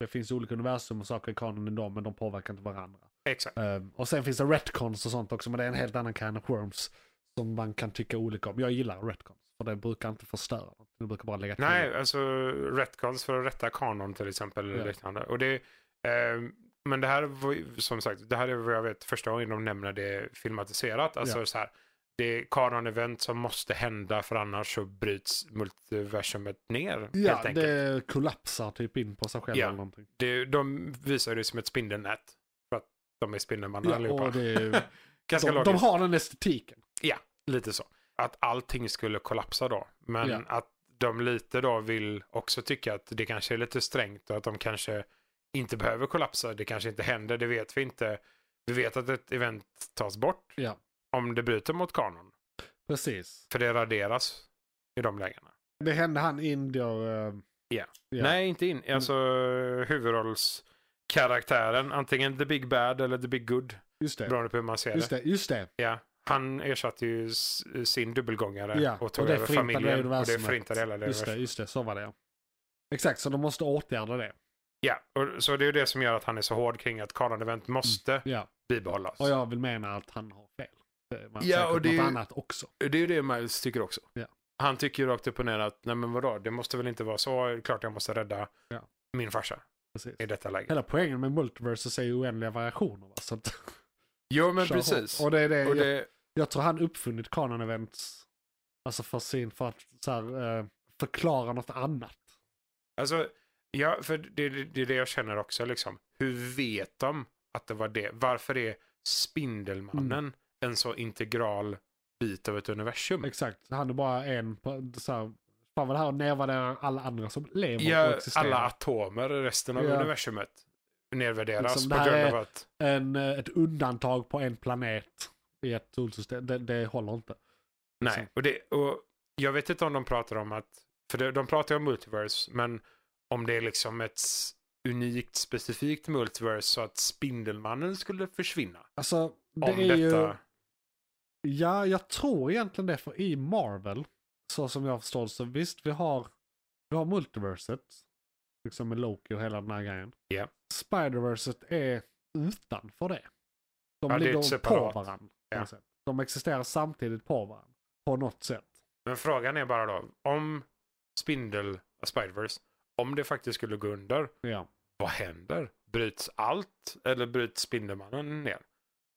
[SPEAKER 2] Det finns olika universum och saker i kanon i dem men de påverkar inte varandra.
[SPEAKER 4] Exakt.
[SPEAKER 2] Eh, och sen finns det retcons och sånt också men det är en helt annan kind of worms som man kan tycka olika om. Jag gillar retcons för det brukar inte förstöra. något. Det brukar bara lägga till.
[SPEAKER 4] Nej, alltså retcons för att rätta kanon till exempel. Eller
[SPEAKER 2] Mm. Ja.
[SPEAKER 4] liknande. Och det, eh, men det här var ju- som sagt, det här är vad jag vet första gången de nämner det filmatiserat. Alltså
[SPEAKER 2] Ja.
[SPEAKER 4] så här, det är kanon-event som måste hända för annars så bryts multiversumet ner.
[SPEAKER 2] Ja,
[SPEAKER 4] helt enkelt.
[SPEAKER 2] det kollapsar typ in på sig själv
[SPEAKER 4] Ja.
[SPEAKER 2] eller någonting.
[SPEAKER 4] Det, de visar det som ett spindelnät. För att de är spindelmannen
[SPEAKER 2] Ja,
[SPEAKER 4] allihopa.
[SPEAKER 2] och det, är-
[SPEAKER 4] Ganska
[SPEAKER 2] de,
[SPEAKER 4] logiskt.
[SPEAKER 2] de har den estetiken.
[SPEAKER 4] Lite så. Att allting skulle kollapsa då. Men
[SPEAKER 2] Ja.
[SPEAKER 4] att de lite då vill också tycka att det kanske är lite strängt och att de kanske inte behöver kollapsa. Det kanske inte händer, det vet vi inte. Vi vet att ett event tas bort
[SPEAKER 2] Ja,
[SPEAKER 4] om det bryter mot kanon.
[SPEAKER 2] precis.
[SPEAKER 4] För det raderas i de lägena.
[SPEAKER 2] Det hände han indier... eh,
[SPEAKER 4] Ja.
[SPEAKER 2] ja. Mm.
[SPEAKER 4] Nej, inte in. Alltså huvudrollskaraktären. Antingen the big bad eller the big good.
[SPEAKER 2] just det.
[SPEAKER 4] Beroende på hur man ser
[SPEAKER 2] Just
[SPEAKER 4] det.
[SPEAKER 2] det, just det.
[SPEAKER 4] Ja. Han ersatte ju s- sin dubbelgångare
[SPEAKER 2] Ja,
[SPEAKER 4] och tog
[SPEAKER 2] och det
[SPEAKER 4] över
[SPEAKER 2] förintade
[SPEAKER 4] familjen. Och det
[SPEAKER 2] universumet.
[SPEAKER 4] förintade hela det
[SPEAKER 2] Just det,
[SPEAKER 4] universumet.
[SPEAKER 2] just det. Så var det ja. Exakt, så de måste åtgärda det.
[SPEAKER 4] Ja, och, så det är ju det som gör att han är så hård kring att Karan Event måste
[SPEAKER 2] Mm. Ja,
[SPEAKER 4] bibehållas.
[SPEAKER 2] och jag vill mena att han har fel. Det var
[SPEAKER 4] Ja,
[SPEAKER 2] säkert
[SPEAKER 4] och det är
[SPEAKER 2] något
[SPEAKER 4] ju-
[SPEAKER 2] annat också.
[SPEAKER 4] Det är ju det Miles tycker också.
[SPEAKER 2] Ja.
[SPEAKER 4] Han tycker ju rakt upp och ner att nej men vadå, det måste väl inte vara så, klart jag måste rädda
[SPEAKER 2] Ja.
[SPEAKER 4] min farsa
[SPEAKER 2] Precis.
[SPEAKER 4] i detta läge.
[SPEAKER 2] Hela poängen med multiverses är ju oändliga variationer. Va? Så att,
[SPEAKER 4] Jo men
[SPEAKER 2] kör
[SPEAKER 4] precis.
[SPEAKER 2] hårt. Och det är det,
[SPEAKER 4] Och
[SPEAKER 2] jag-
[SPEAKER 4] det,
[SPEAKER 2] Jag tror han uppfunnit kanon events Alltså för sin, för att så här, eh, förklara något annat.
[SPEAKER 4] alltså, ja, för det, det, det är det jag känner också liksom. Hur vet de att det var det? Varför är Spindelmannen
[SPEAKER 2] Mm.
[SPEAKER 4] en så integral bit av ett universum?
[SPEAKER 2] Exakt, han är bara en, på- så här, Fan vad det här nedvärderar alla andra som lever och
[SPEAKER 4] Ja,
[SPEAKER 2] existerar.
[SPEAKER 4] alla atomer i resten av
[SPEAKER 2] Ja.
[SPEAKER 4] universumet nedvärderas
[SPEAKER 2] Liksom, det
[SPEAKER 4] på
[SPEAKER 2] här
[SPEAKER 4] grund
[SPEAKER 2] är-
[SPEAKER 4] av att...
[SPEAKER 2] En, eh, ett undantag på en planet i ett solsystem, det, det håller inte.
[SPEAKER 4] Nej,
[SPEAKER 2] Liksom.
[SPEAKER 4] och, det, och jag vet inte om de pratar om att... För de, de pratar ju om multiverse, men om det är liksom ett s- unikt specifikt multiverse så att Spindelmannen skulle försvinna.
[SPEAKER 2] Alltså, det
[SPEAKER 4] om
[SPEAKER 2] är ju...
[SPEAKER 4] detta...
[SPEAKER 2] Ja, jag tror egentligen det, för i Marvel, så som jag förstår det, så visst, vi har, vi har multiverset, liksom med Loki och hela den här grejen.
[SPEAKER 4] Ja.
[SPEAKER 2] Spiderverset är utanför det. De
[SPEAKER 4] Ja, det är
[SPEAKER 2] ligger
[SPEAKER 4] ett
[SPEAKER 2] på
[SPEAKER 4] separat.
[SPEAKER 2] varandra. på
[SPEAKER 4] Ja.
[SPEAKER 2] något sätt. De existerar samtidigt på varandra, på något sätt.
[SPEAKER 4] Men frågan är bara då, om Spindel, eh, Spiderverse, om det faktiskt skulle gå under,
[SPEAKER 2] Ja,
[SPEAKER 4] vad händer? Bryts allt eller bryts Spindelmannen ner?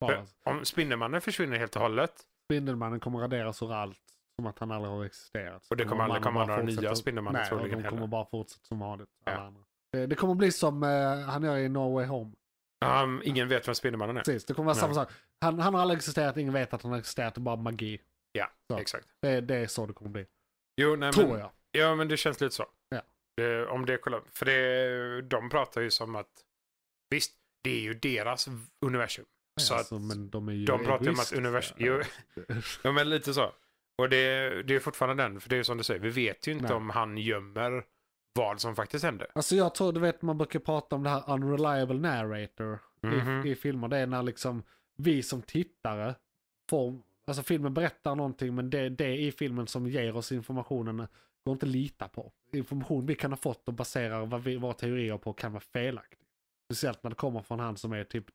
[SPEAKER 2] bara.
[SPEAKER 4] För om Spindelmannen försvinner helt och hållet
[SPEAKER 2] Spindelmannen kommer raderas ur allt, som att han aldrig har existerat.
[SPEAKER 4] Och det
[SPEAKER 2] Så
[SPEAKER 4] kommer aldrig
[SPEAKER 2] de andra
[SPEAKER 4] komma
[SPEAKER 2] bara
[SPEAKER 4] några nya
[SPEAKER 2] fortsätter-
[SPEAKER 4] Spindelmannen
[SPEAKER 2] Nej, och de
[SPEAKER 4] troligen
[SPEAKER 2] kommer
[SPEAKER 4] heller.
[SPEAKER 2] bara fortsätta som vanligt. alla
[SPEAKER 4] Ja.
[SPEAKER 2] andra. Det, det kommer bli som eh, han gör i No Way Home.
[SPEAKER 4] Um, ingen vet vem Spindelmannen är.
[SPEAKER 2] Precis, det kommer vara samma
[SPEAKER 4] Nej.
[SPEAKER 2] sak. Han, han har aldrig existerat, ingen vet att han har existerat, det är bara magi.
[SPEAKER 4] Ja,
[SPEAKER 2] Så.
[SPEAKER 4] exakt.
[SPEAKER 2] Det, det är så det kommer bli.
[SPEAKER 4] Jo, nej,
[SPEAKER 2] Tror
[SPEAKER 4] men,
[SPEAKER 2] jag.
[SPEAKER 4] ja, men det känns lite så.
[SPEAKER 2] Ja.
[SPEAKER 4] Det, om det kollar, för det, de pratar ju som att visst, det är ju deras universum. så
[SPEAKER 2] Alltså,
[SPEAKER 4] att
[SPEAKER 2] men de är ju
[SPEAKER 4] De pratar ju om att
[SPEAKER 2] egoistiska.
[SPEAKER 4] universum... Jo, ja, men lite så. Och det, det är fortfarande den, för det är ju som du säger, vi vet ju inte
[SPEAKER 2] Nej.
[SPEAKER 4] om han gömmer vad som faktiskt händer.
[SPEAKER 2] Alltså jag tror, du vet man brukar prata om det här unreliable narrator
[SPEAKER 4] Mhm.
[SPEAKER 2] i, i filmer. Det är när liksom vi som tittare får, alltså filmen berättar någonting men det, det i filmen som ger oss informationen går inte att lita på. Information vi kan ha fått och baserar vad vi, våra teorier på kan vara felaktig. Speciellt när det kommer från han som är typ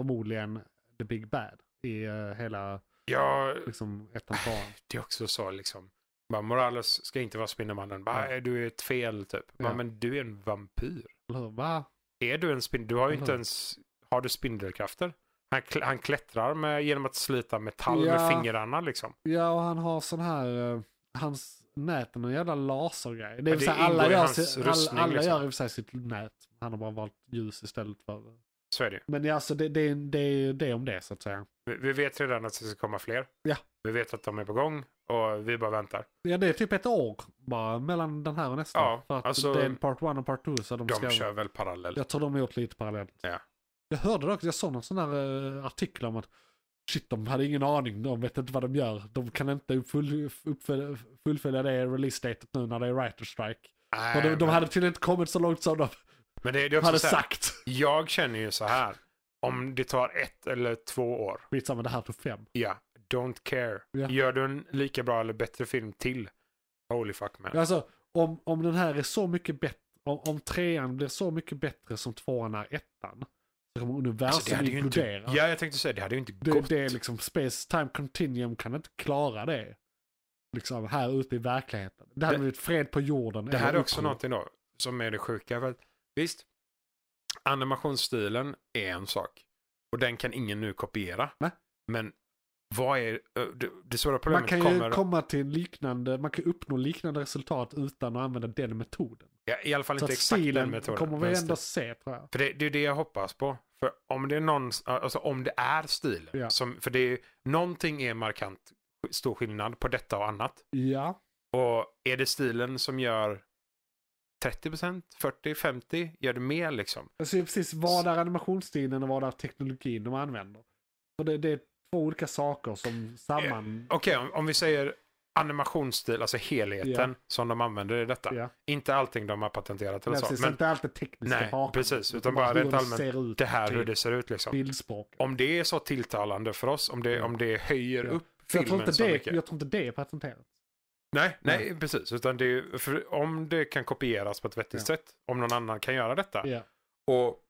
[SPEAKER 2] förmodligen the big bad i eh, hela
[SPEAKER 4] Ja,
[SPEAKER 2] liksom ettan tvåan.
[SPEAKER 4] det är också så liksom. Bara, Morales ska inte vara Spindelmannen. Bara,
[SPEAKER 2] Ja.
[SPEAKER 4] "Nej, du är ett fel typ. Bara,
[SPEAKER 2] Ja.
[SPEAKER 4] Men du är en vampyr.
[SPEAKER 2] Eller hur? Va?
[SPEAKER 4] Är du en spindel? Du har ju
[SPEAKER 2] Eller
[SPEAKER 4] inte
[SPEAKER 2] hur?
[SPEAKER 4] ens... Har du spindelkrafter? Han, kl- han klättrar med, genom att slita metall
[SPEAKER 2] Ja.
[SPEAKER 4] med fingrarna liksom.
[SPEAKER 2] Ja, och han har sån här, eh, hans nät är någon jävla lasergrej. Det,
[SPEAKER 4] det
[SPEAKER 2] är det
[SPEAKER 4] ingår
[SPEAKER 2] alla,
[SPEAKER 4] i
[SPEAKER 2] gör,
[SPEAKER 4] hans
[SPEAKER 2] sin,
[SPEAKER 4] rustning,
[SPEAKER 2] alla, alla
[SPEAKER 4] liksom.
[SPEAKER 2] gör i och för sig sitt nät. Han har bara valt ljus istället för...
[SPEAKER 4] Så är det ju.
[SPEAKER 2] Men ja, alltså det, det, det är ju det om det så att säga.
[SPEAKER 4] Vi, vi vet redan att det ska komma fler.
[SPEAKER 2] Ja.
[SPEAKER 4] Vi vet att de är på gång och vi bara väntar.
[SPEAKER 2] Ja, det är typ ett år bara mellan den här och nästa.
[SPEAKER 4] Ja,
[SPEAKER 2] för att
[SPEAKER 4] alltså-
[SPEAKER 2] det är part one och part two så de,
[SPEAKER 4] De
[SPEAKER 2] ska...
[SPEAKER 4] kör väl parallellt.
[SPEAKER 2] Jag tror de har gjort lite parallellt.
[SPEAKER 4] Ja.
[SPEAKER 2] Jag hörde dock, jag såg någon sån här eh, artikel om att shit, de hade ingen aning, de vet inte vad de gör. De kan inte uppfull, uppfölja, fullfölja det release-datet nu när det är writer strike.
[SPEAKER 4] Nej,
[SPEAKER 2] För de, de
[SPEAKER 4] men-
[SPEAKER 2] hade tydligen inte kommit så långt som de
[SPEAKER 4] Men det, det är också
[SPEAKER 2] hade
[SPEAKER 4] så här,
[SPEAKER 2] sagt.
[SPEAKER 4] jag känner ju så här. Om det tar ett eller två år,
[SPEAKER 2] Skitsamma, det här tog fem.
[SPEAKER 4] ja, don't care.
[SPEAKER 2] Ja.
[SPEAKER 4] Gör du en lika bra eller bättre film till, holy fuck man.
[SPEAKER 2] Alltså, om, om den här är så mycket bättre, om, om trean blir så mycket bättre som tvåan är ettan, så kommer universum
[SPEAKER 4] Alltså, det hade ju inte,
[SPEAKER 2] inkludera.
[SPEAKER 4] ja, jag tänkte säga det hade ju inte
[SPEAKER 2] det,
[SPEAKER 4] gått.
[SPEAKER 2] det är liksom, space time continuum kan inte klara det. Liksom här ute i verkligheten. Det hade
[SPEAKER 4] Det-
[SPEAKER 2] blivit fred på jorden.
[SPEAKER 4] Det här
[SPEAKER 2] eller
[SPEAKER 4] är också
[SPEAKER 2] uppror.
[SPEAKER 4] någonting då som är det sjuka. För att, visst, animationsstilen är en sak. Och den kan ingen nu kopiera.
[SPEAKER 2] Nej.
[SPEAKER 4] Men vad är ö, det, det stora
[SPEAKER 2] Man
[SPEAKER 4] problemet
[SPEAKER 2] kan ju
[SPEAKER 4] kommer
[SPEAKER 2] komma till en liknande, man kan uppnå liknande resultat utan att använda den metoden.
[SPEAKER 4] ja, i alla fall
[SPEAKER 2] Så
[SPEAKER 4] inte
[SPEAKER 2] att
[SPEAKER 4] exakt den
[SPEAKER 2] stilen
[SPEAKER 4] metoden.
[SPEAKER 2] kommer
[SPEAKER 4] men
[SPEAKER 2] vi ändå
[SPEAKER 4] stil-
[SPEAKER 2] se tror jag.
[SPEAKER 4] För det, det är det jag hoppas på. För om det är någon, alltså om det är stilen.
[SPEAKER 2] Ja.
[SPEAKER 4] Som, för det är, någonting är markant stor skillnad på detta och annat.
[SPEAKER 2] Ja.
[SPEAKER 4] Och är det stilen som gör 30%, 40%, 50%? Gör det mer liksom?
[SPEAKER 2] Alltså det är precis, vad är animationsstilen och vad är teknologin de använder? För det, det är två olika saker som samman...
[SPEAKER 4] Okej, om, om vi säger animationsstil, alltså helheten
[SPEAKER 2] Ja.
[SPEAKER 4] som de använder i detta.
[SPEAKER 2] Ja.
[SPEAKER 4] Inte allting de har patenterat eller
[SPEAKER 2] Nej,
[SPEAKER 4] Eh, så,
[SPEAKER 2] precis,
[SPEAKER 4] men
[SPEAKER 2] inte allt det tekniska
[SPEAKER 4] Nej,
[SPEAKER 2] bakom,
[SPEAKER 4] precis, utan bara
[SPEAKER 2] hur
[SPEAKER 4] rent
[SPEAKER 2] det
[SPEAKER 4] allmänt,
[SPEAKER 2] ser ut,
[SPEAKER 4] det här hur
[SPEAKER 2] typ,
[SPEAKER 4] det ser ut liksom.
[SPEAKER 2] Bildspråk.
[SPEAKER 4] Om det är så tilltalande för oss, om det,
[SPEAKER 2] Ja.
[SPEAKER 4] om det höjer
[SPEAKER 2] Ja.
[SPEAKER 4] upp
[SPEAKER 2] Jag tror,
[SPEAKER 4] filmen
[SPEAKER 2] inte
[SPEAKER 4] så
[SPEAKER 2] det,
[SPEAKER 4] mycket.
[SPEAKER 2] jag tror inte det är patenterat.
[SPEAKER 4] Nej, nej, precis. Utan det är, ju- för om det kan kopieras på ett vettigt
[SPEAKER 2] Ja.
[SPEAKER 4] sätt, om någon annan kan göra detta,
[SPEAKER 2] Ja.
[SPEAKER 4] och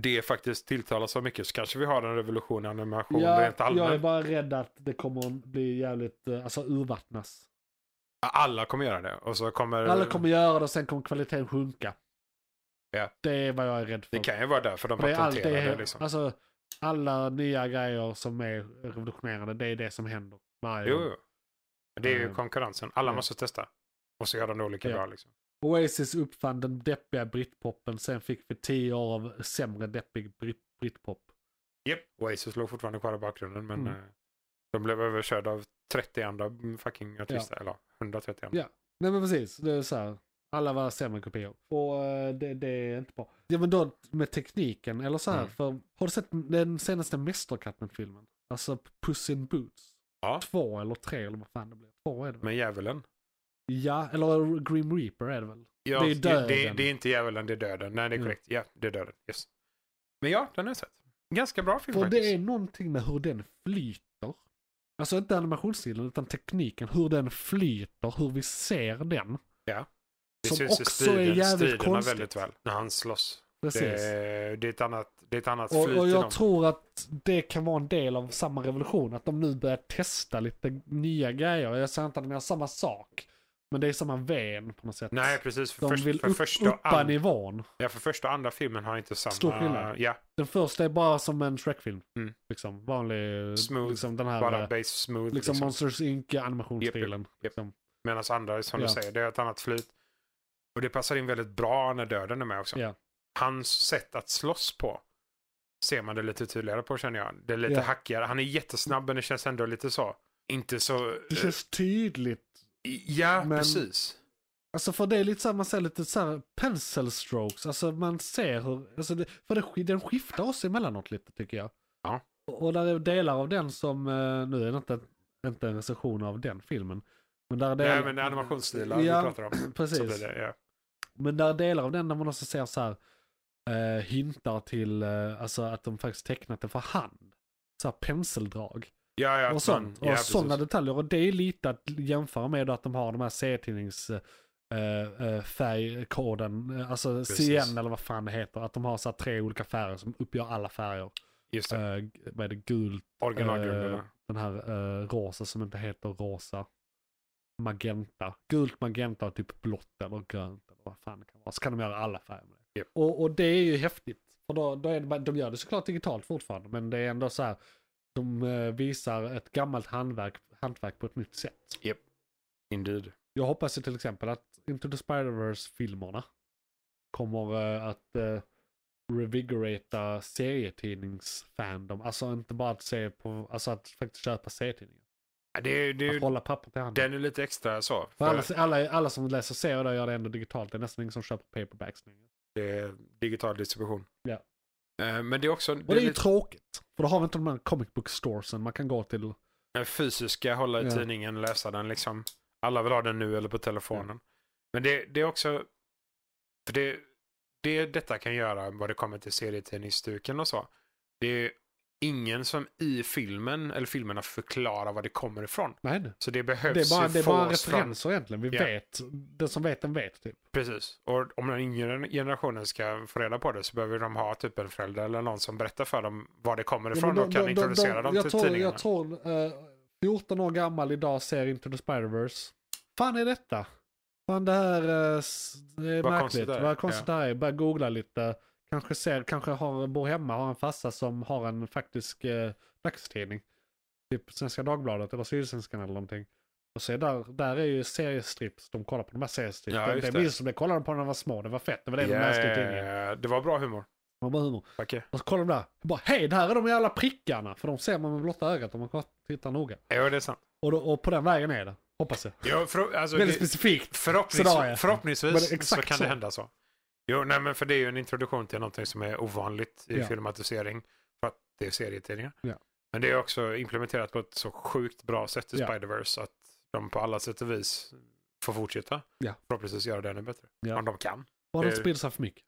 [SPEAKER 4] det faktiskt tilltalar så mycket, så kanske vi har en revolution i animation
[SPEAKER 2] Ja,
[SPEAKER 4] rent allmänt.
[SPEAKER 2] jag är bara rädd att det kommer bli jävligt, eh, alltså urvattnas.
[SPEAKER 4] Alla kommer göra det. Och så kommer...
[SPEAKER 2] Alla kommer göra det och sen kommer kvaliteten sjunka.
[SPEAKER 4] Ja.
[SPEAKER 2] Det är vad jag är rädd för.
[SPEAKER 4] Det kan ju vara därför de
[SPEAKER 2] För det är allt
[SPEAKER 4] patenterar
[SPEAKER 2] det,
[SPEAKER 4] det, liksom.
[SPEAKER 2] alltså, alla nya grejer som är revolutionerande, det är det som händer. Varje
[SPEAKER 4] Jo,
[SPEAKER 2] gång.
[SPEAKER 4] jo. Det är ju
[SPEAKER 2] Eh,
[SPEAKER 4] konkurrensen. Alla
[SPEAKER 2] ja.
[SPEAKER 4] måste testa. Och så gör de det olika
[SPEAKER 2] Ja.
[SPEAKER 4] bra liksom.
[SPEAKER 2] Oasis uppfann den deppiga britpopen, sen fick vi tio år av sämre deppig brit britpop.
[SPEAKER 4] Japp, Oasis låg fortfarande kvar i bakgrunden men
[SPEAKER 2] Mm.
[SPEAKER 4] eh, de blev överkörda av 30 andra fucking artister. Eller 130 andra.
[SPEAKER 2] Ja. Nej men precis, det är så här. Alla var sämre kopior. Och eh, det, det är inte bra. Ja men då med tekniken eller så här.
[SPEAKER 4] Mm.
[SPEAKER 2] För, har du sett den senaste Mästerkatten-filmen? Alltså Puss in Boots.
[SPEAKER 4] Ja.
[SPEAKER 2] Två eller tre eller vad fan det blir. Två är det väl?
[SPEAKER 4] Men djävulen.
[SPEAKER 2] Ja, eller Grim Reaper är det väl?
[SPEAKER 4] Ja,
[SPEAKER 2] Det är
[SPEAKER 4] Det,
[SPEAKER 2] döden.
[SPEAKER 4] det är inte djävulen, det är döden. Nej, det är
[SPEAKER 2] Mm.
[SPEAKER 4] korrekt. Ja, det är döden. Yes. Men ja, den har jag sett. Ganska bra film
[SPEAKER 2] För
[SPEAKER 4] faktiskt.
[SPEAKER 2] det är någonting med hur den flyter. Alltså inte animationsstilen utan tekniken. Hur den flyter, hur vi ser den.
[SPEAKER 4] Det
[SPEAKER 2] som
[SPEAKER 4] syns i
[SPEAKER 2] också är jävligt
[SPEAKER 4] striderna
[SPEAKER 2] konstigt.
[SPEAKER 4] väldigt väl. När han slåss.
[SPEAKER 2] Precis.
[SPEAKER 4] Det, det är ett annat, det är ett annat
[SPEAKER 2] Och,
[SPEAKER 4] flyt
[SPEAKER 2] och
[SPEAKER 4] i
[SPEAKER 2] jag
[SPEAKER 4] dem.
[SPEAKER 2] tror att det kan vara en del av samma revolution. Att de nu börjar testa lite nya grejer. Jag säger inte att de gör samma sak. Men det är samma vän på något sätt.
[SPEAKER 4] Nej, precis. För,
[SPEAKER 2] de
[SPEAKER 4] först,
[SPEAKER 2] vill
[SPEAKER 4] för,
[SPEAKER 2] upp,
[SPEAKER 4] första och
[SPEAKER 2] uppa
[SPEAKER 4] an-
[SPEAKER 2] nivån.
[SPEAKER 4] ja, för första och andra filmen har inte samma...
[SPEAKER 2] Stor skillnad.
[SPEAKER 4] Ja,
[SPEAKER 2] Den första är bara som en Shrek-film.
[SPEAKER 4] Mm.
[SPEAKER 2] Liksom, vanlig,
[SPEAKER 4] Smooth,
[SPEAKER 2] liksom den här
[SPEAKER 4] bara
[SPEAKER 2] eh,
[SPEAKER 4] base smooth.
[SPEAKER 2] liksom,
[SPEAKER 4] Liksom,
[SPEAKER 2] Monsters Inc animationsstilen. Liksom.
[SPEAKER 4] Medan andra, som
[SPEAKER 2] Ja.
[SPEAKER 4] du säger, det är ett annat flyt. Och det passar in väldigt bra när döden är med också.
[SPEAKER 2] Ja.
[SPEAKER 4] Hans sätt att slåss på ser man det lite tydligare på känner jag. Det är lite
[SPEAKER 2] Ja.
[SPEAKER 4] hackigare. Han är jättesnabb men det känns ändå lite så. Inte så... eh,
[SPEAKER 2] Det känns tydligt
[SPEAKER 4] Ja,
[SPEAKER 2] men-
[SPEAKER 4] precis.
[SPEAKER 2] Alltså för det är lite så här, man ser lite så här pencil strokes. Alltså man ser hur, alltså det, för det, sk- den skiftar oss emellanåt lite tycker jag.
[SPEAKER 4] Ja.
[SPEAKER 2] Och, och där är delar av den som, eh, nu är det inte, inte en recension av den filmen. Men där är delar,
[SPEAKER 4] Nej, men animationsstilar
[SPEAKER 2] Ja,
[SPEAKER 4] vi pratar om.
[SPEAKER 2] precis.
[SPEAKER 4] Så blir det, ja.
[SPEAKER 2] Men där är delar av den där man också ser så här eh, hintar till eh, alltså att de faktiskt tecknat det för hand. Så här penseldrag.
[SPEAKER 4] Ja, ja, att
[SPEAKER 2] och sånt.
[SPEAKER 4] man- ja,
[SPEAKER 2] och
[SPEAKER 4] precis.
[SPEAKER 2] sådana detaljer. Och det är lite att jämföra med att de har de här serietidnings eh, eh, färgkoden, eh, alltså
[SPEAKER 4] Precis.
[SPEAKER 2] CN eller vad fan det heter. Att de har så här tre olika färger som uppgör alla färger.
[SPEAKER 4] Just det.
[SPEAKER 2] Uh, vad är det? Gult,
[SPEAKER 4] Originalgrunderna.
[SPEAKER 2] den här eh, rosa som inte heter rosa. Magenta. Gult, magenta och typ blått eller grönt. Eller vad fan det kan vara. Så kan de göra alla färger med det.
[SPEAKER 4] Japp.
[SPEAKER 2] Och, och det är ju häftigt. För då, då är det, bara- de gör det såklart digitalt fortfarande. Men det är ändå så här. De eh, visar ett gammalt handverk, hantverk på ett nytt sätt.
[SPEAKER 4] Indeed.
[SPEAKER 2] Jag hoppas ju till exempel att Into the Spider-Verse-filmerna kommer eh, att uh, revigorata serietidningsfandom. Alltså inte bara att se på, alltså att faktiskt köpa serietidningar.
[SPEAKER 4] Ja, Det, är- det,
[SPEAKER 2] Att
[SPEAKER 4] är-
[SPEAKER 2] hålla pappret i handen.
[SPEAKER 4] den är lite extra så.
[SPEAKER 2] För alla,
[SPEAKER 4] För
[SPEAKER 2] alla, alla som läser serier där gör det ändå digitalt. Det är nästan ingen som köper paperbacks längre.
[SPEAKER 4] det är digital distribution.
[SPEAKER 2] Ja.
[SPEAKER 4] Eh, Men det är också det
[SPEAKER 2] Och
[SPEAKER 4] är
[SPEAKER 2] det är ju
[SPEAKER 4] lite
[SPEAKER 2] tråkigt. För då har vi inte de här comic book storesen man kan gå till.
[SPEAKER 4] den fysiska, hålla i
[SPEAKER 2] Ja.
[SPEAKER 4] tidningen, läsa den liksom. Alla vill ha den nu eller på telefonen. Men det, det är också... För det, det detta kan göra vad det kommer till serietidningsstuken och så. Det är ingen som i filmen eller filmerna förklarar var det kommer ifrån.
[SPEAKER 2] Nej, nej.
[SPEAKER 4] Så det behövs
[SPEAKER 2] Det är bara,
[SPEAKER 4] ju
[SPEAKER 2] det är bara
[SPEAKER 4] fås fram.
[SPEAKER 2] referenser egentligen. Vi
[SPEAKER 4] Ja.
[SPEAKER 2] vet. Den som vet, den vet typ.
[SPEAKER 4] Precis. Och om den yngre generationen ska få reda på det så behöver de ha typ en förälder eller någon som berättar för dem var det kommer
[SPEAKER 2] Ja, men
[SPEAKER 4] ifrån och kan introducera dem
[SPEAKER 2] jag
[SPEAKER 4] till
[SPEAKER 2] tror,
[SPEAKER 4] tidningarna.
[SPEAKER 2] Jag tror eh, 14 år gammal idag ser Into the Spider-Verse. Fan är detta? Fan det här eh, s- det är
[SPEAKER 4] Vad konstigt
[SPEAKER 2] märkligt.
[SPEAKER 4] det är.
[SPEAKER 2] Vad konstigt det här är. Börja googla lite. Kanske, ser, kanske har, bor hemma, har en farsa som har en faktisk eh, dagstidning. Typ Svenska Dagbladet eller Sydsvenskan eller någonting. Och så är där, där är ju seriestrips. De kollar på de här seriestrips.
[SPEAKER 4] Ja,
[SPEAKER 2] det,
[SPEAKER 4] just
[SPEAKER 2] det
[SPEAKER 4] det.
[SPEAKER 2] minns som det kollade de på när de var små. Det var fett. Det var det de läste i tidningen.
[SPEAKER 4] Yeah, det var bra humor.
[SPEAKER 2] Det var bara humor.
[SPEAKER 4] Okej.
[SPEAKER 2] Och så kollar de där. Jag bara, hej, det här är de jävla prickarna. För de ser man med blotta ögat om man kollar- tittar noga.
[SPEAKER 4] Ja, det är sant.
[SPEAKER 2] Och, då, och på den vägen är det. Hoppas jag.
[SPEAKER 4] Ja, för, alltså,
[SPEAKER 2] Väldigt
[SPEAKER 4] det,
[SPEAKER 2] specifikt.
[SPEAKER 4] förhoppnings,
[SPEAKER 2] Sådär, ja. Men
[SPEAKER 4] förhoppningsvis så
[SPEAKER 2] exakt
[SPEAKER 4] kan det
[SPEAKER 2] så.
[SPEAKER 4] hända så. Jo, nej, men för det är ju en introduktion till någonting som är ovanligt i
[SPEAKER 2] Ja.
[SPEAKER 4] filmatisering. För att det är serietidningar.
[SPEAKER 2] Ja.
[SPEAKER 4] Men det är också implementerat på ett så sjukt bra sätt i
[SPEAKER 2] Ja.
[SPEAKER 4] Spider-Verse att de på alla sätt och vis får fortsätta.
[SPEAKER 2] Ja.
[SPEAKER 4] Förhoppningsvis göra det ännu bättre.
[SPEAKER 2] Ja.
[SPEAKER 4] Om de kan.
[SPEAKER 2] Bara de
[SPEAKER 4] det-
[SPEAKER 2] inte sprider sig för mycket.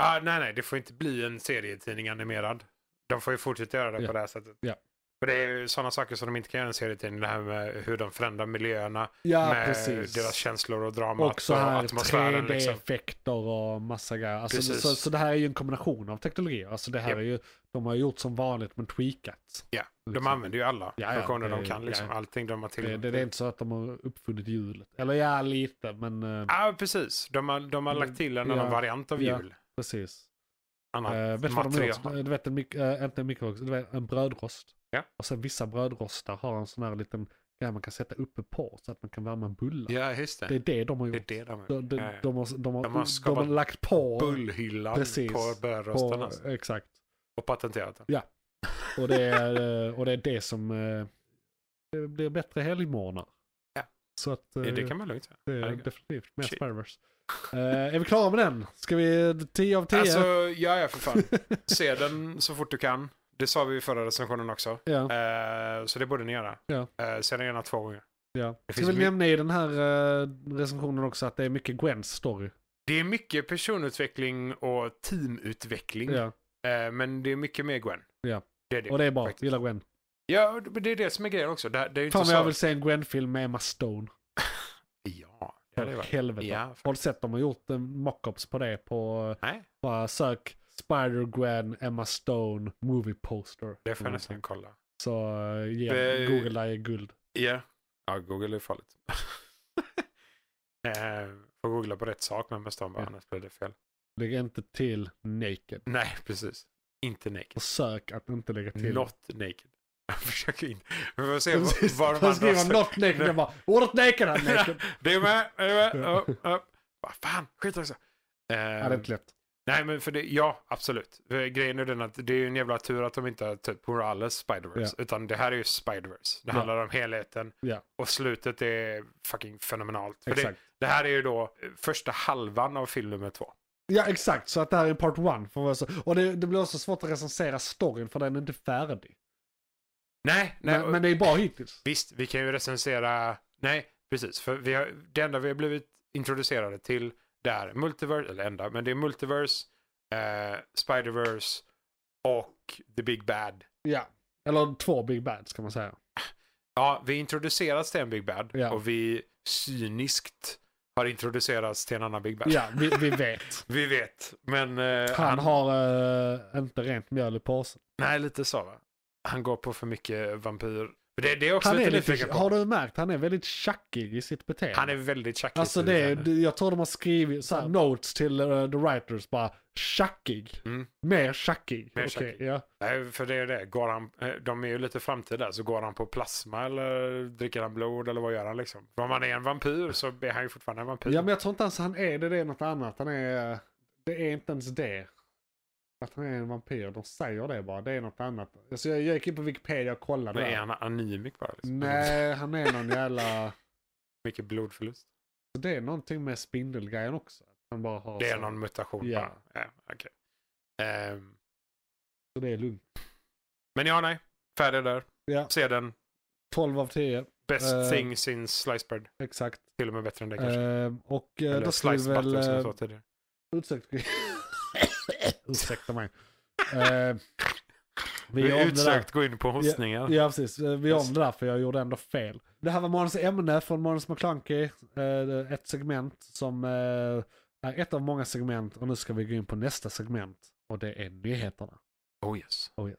[SPEAKER 4] Ah, nej, nej, det får inte bli en serietidning animerad. De får ju fortsätta göra det
[SPEAKER 2] Ja.
[SPEAKER 4] på det här sättet.
[SPEAKER 2] Ja.
[SPEAKER 4] För det är ju sådana saker som de inte kan göra i en serietidning. Det här med hur de förändrar miljöerna
[SPEAKER 2] Ja,
[SPEAKER 4] med
[SPEAKER 2] precis.
[SPEAKER 4] deras känslor och dramat
[SPEAKER 2] och så
[SPEAKER 4] och
[SPEAKER 2] här
[SPEAKER 4] atmosfären. Liksom.
[SPEAKER 2] 3D-effekter och massa grejer. Alltså,
[SPEAKER 4] Precis.
[SPEAKER 2] så, så det här är ju en kombination av teknologier. Alltså det här
[SPEAKER 4] Japp.
[SPEAKER 2] är ju, de har gjort som vanligt men tweakat.
[SPEAKER 4] Ja, de
[SPEAKER 2] Liksom.
[SPEAKER 4] använder ju alla
[SPEAKER 2] Ja, ja,
[SPEAKER 4] funktioner de
[SPEAKER 2] det-
[SPEAKER 4] kan. Liksom,
[SPEAKER 2] ja.
[SPEAKER 4] Allting de har
[SPEAKER 2] Det,
[SPEAKER 4] till.
[SPEAKER 2] det, det är inte så att de har uppfunnit hjulet. Eller ja, lite men eh,
[SPEAKER 4] Ja, ah, precis. De har, de har lagt till en
[SPEAKER 2] Ja.
[SPEAKER 4] annan variant av
[SPEAKER 2] Ja.
[SPEAKER 4] jul.
[SPEAKER 2] precis.
[SPEAKER 4] Annat
[SPEAKER 2] Eh, vet du vad de har
[SPEAKER 4] material.
[SPEAKER 2] gjort? Du vet en, mik- eh, inte en mikrovox, du vet en brödrost.
[SPEAKER 4] Ja.
[SPEAKER 2] Och sen vissa brödrostar har en sån här liten grej man kan sätta uppe på så att man kan värma en bulla.
[SPEAKER 4] Ja, just det.
[SPEAKER 2] Det är
[SPEAKER 4] Det,
[SPEAKER 2] det de har
[SPEAKER 4] är
[SPEAKER 2] gjort.
[SPEAKER 4] det de har
[SPEAKER 2] De,
[SPEAKER 4] gjort.
[SPEAKER 2] de,
[SPEAKER 4] Ja, ja.
[SPEAKER 2] de, har, de, har,
[SPEAKER 4] De
[SPEAKER 2] de,
[SPEAKER 4] har
[SPEAKER 2] har
[SPEAKER 4] skapat
[SPEAKER 2] lagt på...
[SPEAKER 4] Bullhyllan
[SPEAKER 2] Precis.
[SPEAKER 4] på
[SPEAKER 2] på
[SPEAKER 4] brödrosten alltså.
[SPEAKER 2] exakt.
[SPEAKER 4] och patenterat den.
[SPEAKER 2] Och det, är, eh, och det är det som eh, det blir bättre helgmorgnar.
[SPEAKER 4] Ja.
[SPEAKER 2] Så att, eh,
[SPEAKER 4] Ja, det kan man lugnt säga.
[SPEAKER 2] det är
[SPEAKER 4] herregud.
[SPEAKER 2] definitivt mer
[SPEAKER 4] Shit.
[SPEAKER 2] Spiderverse. Eh, är vi klara med den? Ska vi 10 av 10?
[SPEAKER 4] Alltså, ja, ja för fan. Se den så fort du kan. Det sa vi i förra recensionen också.
[SPEAKER 2] ja.
[SPEAKER 4] Eh, så det borde ni göra.
[SPEAKER 2] Ja.
[SPEAKER 4] Eh, se den gärna två gånger.
[SPEAKER 2] Ja.
[SPEAKER 4] Det
[SPEAKER 2] Jag
[SPEAKER 4] finns
[SPEAKER 2] vill
[SPEAKER 4] my-
[SPEAKER 2] nämna i den här eh, recensionen också att det är mycket Gwens story.
[SPEAKER 4] Det är mycket personutveckling och teamutveckling.
[SPEAKER 2] Ja.
[SPEAKER 4] Eh, men det är mycket mer Gwen.
[SPEAKER 2] Ja.
[SPEAKER 4] Det är det.
[SPEAKER 2] Och det är bra,
[SPEAKER 4] faktiskt.
[SPEAKER 2] gillar Gwen.
[SPEAKER 4] Ja, och det det är det som är grejen också. Det, det är ju inte
[SPEAKER 2] Fan
[SPEAKER 4] så...
[SPEAKER 2] vad jag vill se en Gwen-film med Emma Stone.
[SPEAKER 4] Ja, det hade
[SPEAKER 2] För
[SPEAKER 4] varit...
[SPEAKER 2] helvete.
[SPEAKER 4] Ja,
[SPEAKER 2] Har du sett de har gjort eh, mockups på det på eh,
[SPEAKER 4] Nej,
[SPEAKER 2] bara sök Spider-Gwen, Emma Stone, movie poster.
[SPEAKER 4] det får jag
[SPEAKER 2] Eller
[SPEAKER 4] nästan
[SPEAKER 2] någonting.
[SPEAKER 4] kolla.
[SPEAKER 2] Så eh, ge-
[SPEAKER 4] Eh,
[SPEAKER 2] googla är guld.
[SPEAKER 4] Ja. Ja, Google är farligt. eh, får googla på rätt sak men bestämma bara,
[SPEAKER 2] Ja.
[SPEAKER 4] annars blir det fel.
[SPEAKER 2] Lägg inte till naked.
[SPEAKER 4] Nej, precis. Inte naked.
[SPEAKER 2] Försök att inte lägga till.
[SPEAKER 4] Not naked. Jag försöker inte. Vi får se
[SPEAKER 2] Precis.
[SPEAKER 4] var, var de
[SPEAKER 2] Han
[SPEAKER 4] andra...
[SPEAKER 2] skriver not naked. Jag bara, ordet naked här naked.
[SPEAKER 4] det är med, det är med.
[SPEAKER 2] Ja.
[SPEAKER 4] Upp, upp. Vad fan, skit också. Eh,
[SPEAKER 2] Ja, det är inte lätt.
[SPEAKER 4] Nej, men för det, ja, absolut. För Grejen är den att det är ju en jävla tur att de inte har typ Morales Spider-Verse. Utan det här är ju Spider-Verse. Det
[SPEAKER 2] Ja.
[SPEAKER 4] handlar om helheten.
[SPEAKER 2] Ja.
[SPEAKER 4] Och slutet är fucking fenomenalt. För det,
[SPEAKER 2] Exakt.
[SPEAKER 4] det här är ju då eh, första halvan av film nummer två.
[SPEAKER 2] Ja, exakt. Så att det här är part one. För vad jag sa. och det, det blir också svårt att recensera storyn för den är inte färdig.
[SPEAKER 4] Nej, nej.
[SPEAKER 2] men,
[SPEAKER 4] och-
[SPEAKER 2] men det är bra hittills.
[SPEAKER 4] Visst, vi kan ju recensera... Nej, precis. För vi har, det enda vi har blivit introducerade till det är Multiverse, eller enda, men det är Multiverse, eh, Spider-Verse och The Big Bad.
[SPEAKER 2] Ja. Eller två Big Bads kan man säga.
[SPEAKER 4] Ja, vi introduceras till en Big Bad
[SPEAKER 2] Ja.
[SPEAKER 4] och vi cyniskt har introducerats till en annan Big Bad.
[SPEAKER 2] Ja, vi, vi vet.
[SPEAKER 4] Vi vet, men... eh,
[SPEAKER 2] Han har eh, inte rent mjöl i påsen.
[SPEAKER 4] Nej, lite så va? Han går på för mycket vampyr. Det, det är jag också
[SPEAKER 2] Han
[SPEAKER 4] lite
[SPEAKER 2] är
[SPEAKER 4] nyfiken
[SPEAKER 2] lite,
[SPEAKER 4] på.
[SPEAKER 2] har du märkt? Han är väldigt tjackig i sitt beteende.
[SPEAKER 4] Han är väldigt tjackig.
[SPEAKER 2] Alltså
[SPEAKER 4] till
[SPEAKER 2] det,
[SPEAKER 4] henne.
[SPEAKER 2] det- jag tror de har skrivit så här, notes till eh, the writers bara tjackig.
[SPEAKER 4] Mm.
[SPEAKER 2] Mer tjackig.
[SPEAKER 4] Mer
[SPEAKER 2] Okej,
[SPEAKER 4] tjackig.
[SPEAKER 2] Ja.
[SPEAKER 4] Nej, för det är det. Går han, eh, de är ju lite framtid där, så går han på plasma eller dricker han blod eller vad gör han liksom? För om han är en vampyr så är han ju fortfarande en vampyr.
[SPEAKER 2] ja men jag tror inte ens han är det, det är något annat. Han är, det är inte ens det. Att han är en vampyr, de säger det bara. Det är något annat. Alltså jag, jag gick in på Wikipedia och kollade.
[SPEAKER 4] men
[SPEAKER 2] där.
[SPEAKER 4] är han anemic bara? Liksom?
[SPEAKER 2] Nej, han är någon jävla...
[SPEAKER 4] Mycket blodförlust.
[SPEAKER 2] Så det är någonting med spindelgrejen också. Han bara har
[SPEAKER 4] Det är
[SPEAKER 2] så-
[SPEAKER 4] någon mutation
[SPEAKER 2] Alltså. Ja.
[SPEAKER 4] bara. Ja, okej. Ehm,
[SPEAKER 2] Så det är lugnt.
[SPEAKER 4] men ja, nej. Färdig där.
[SPEAKER 2] Ja,
[SPEAKER 4] Se den.
[SPEAKER 2] 12 av 10.
[SPEAKER 4] Best
[SPEAKER 2] Eh.
[SPEAKER 4] thing since sliced bread.
[SPEAKER 2] Exakt.
[SPEAKER 4] Till och med bättre än det kanske.
[SPEAKER 2] Ehm, och eh,
[SPEAKER 4] eller
[SPEAKER 2] då skulle
[SPEAKER 4] sliced
[SPEAKER 2] vi
[SPEAKER 4] butter som
[SPEAKER 2] väl...
[SPEAKER 4] jag sa tidigare.
[SPEAKER 2] Ursäkta, ursäkta mig. Eh,
[SPEAKER 4] Vi
[SPEAKER 2] gör om det
[SPEAKER 4] är
[SPEAKER 2] där.
[SPEAKER 4] utsökt gå in på hostningar.
[SPEAKER 2] Ja precis, Eh, vi gör om det där för jag gjorde ändå fel. Det här var månadens ämne från Månadens McClunky. Eh, ett segment som eh, är ett av många segment och nu ska vi gå in på nästa segment. Och det är nyheterna.
[SPEAKER 4] Oh yes.
[SPEAKER 2] Oh, yes.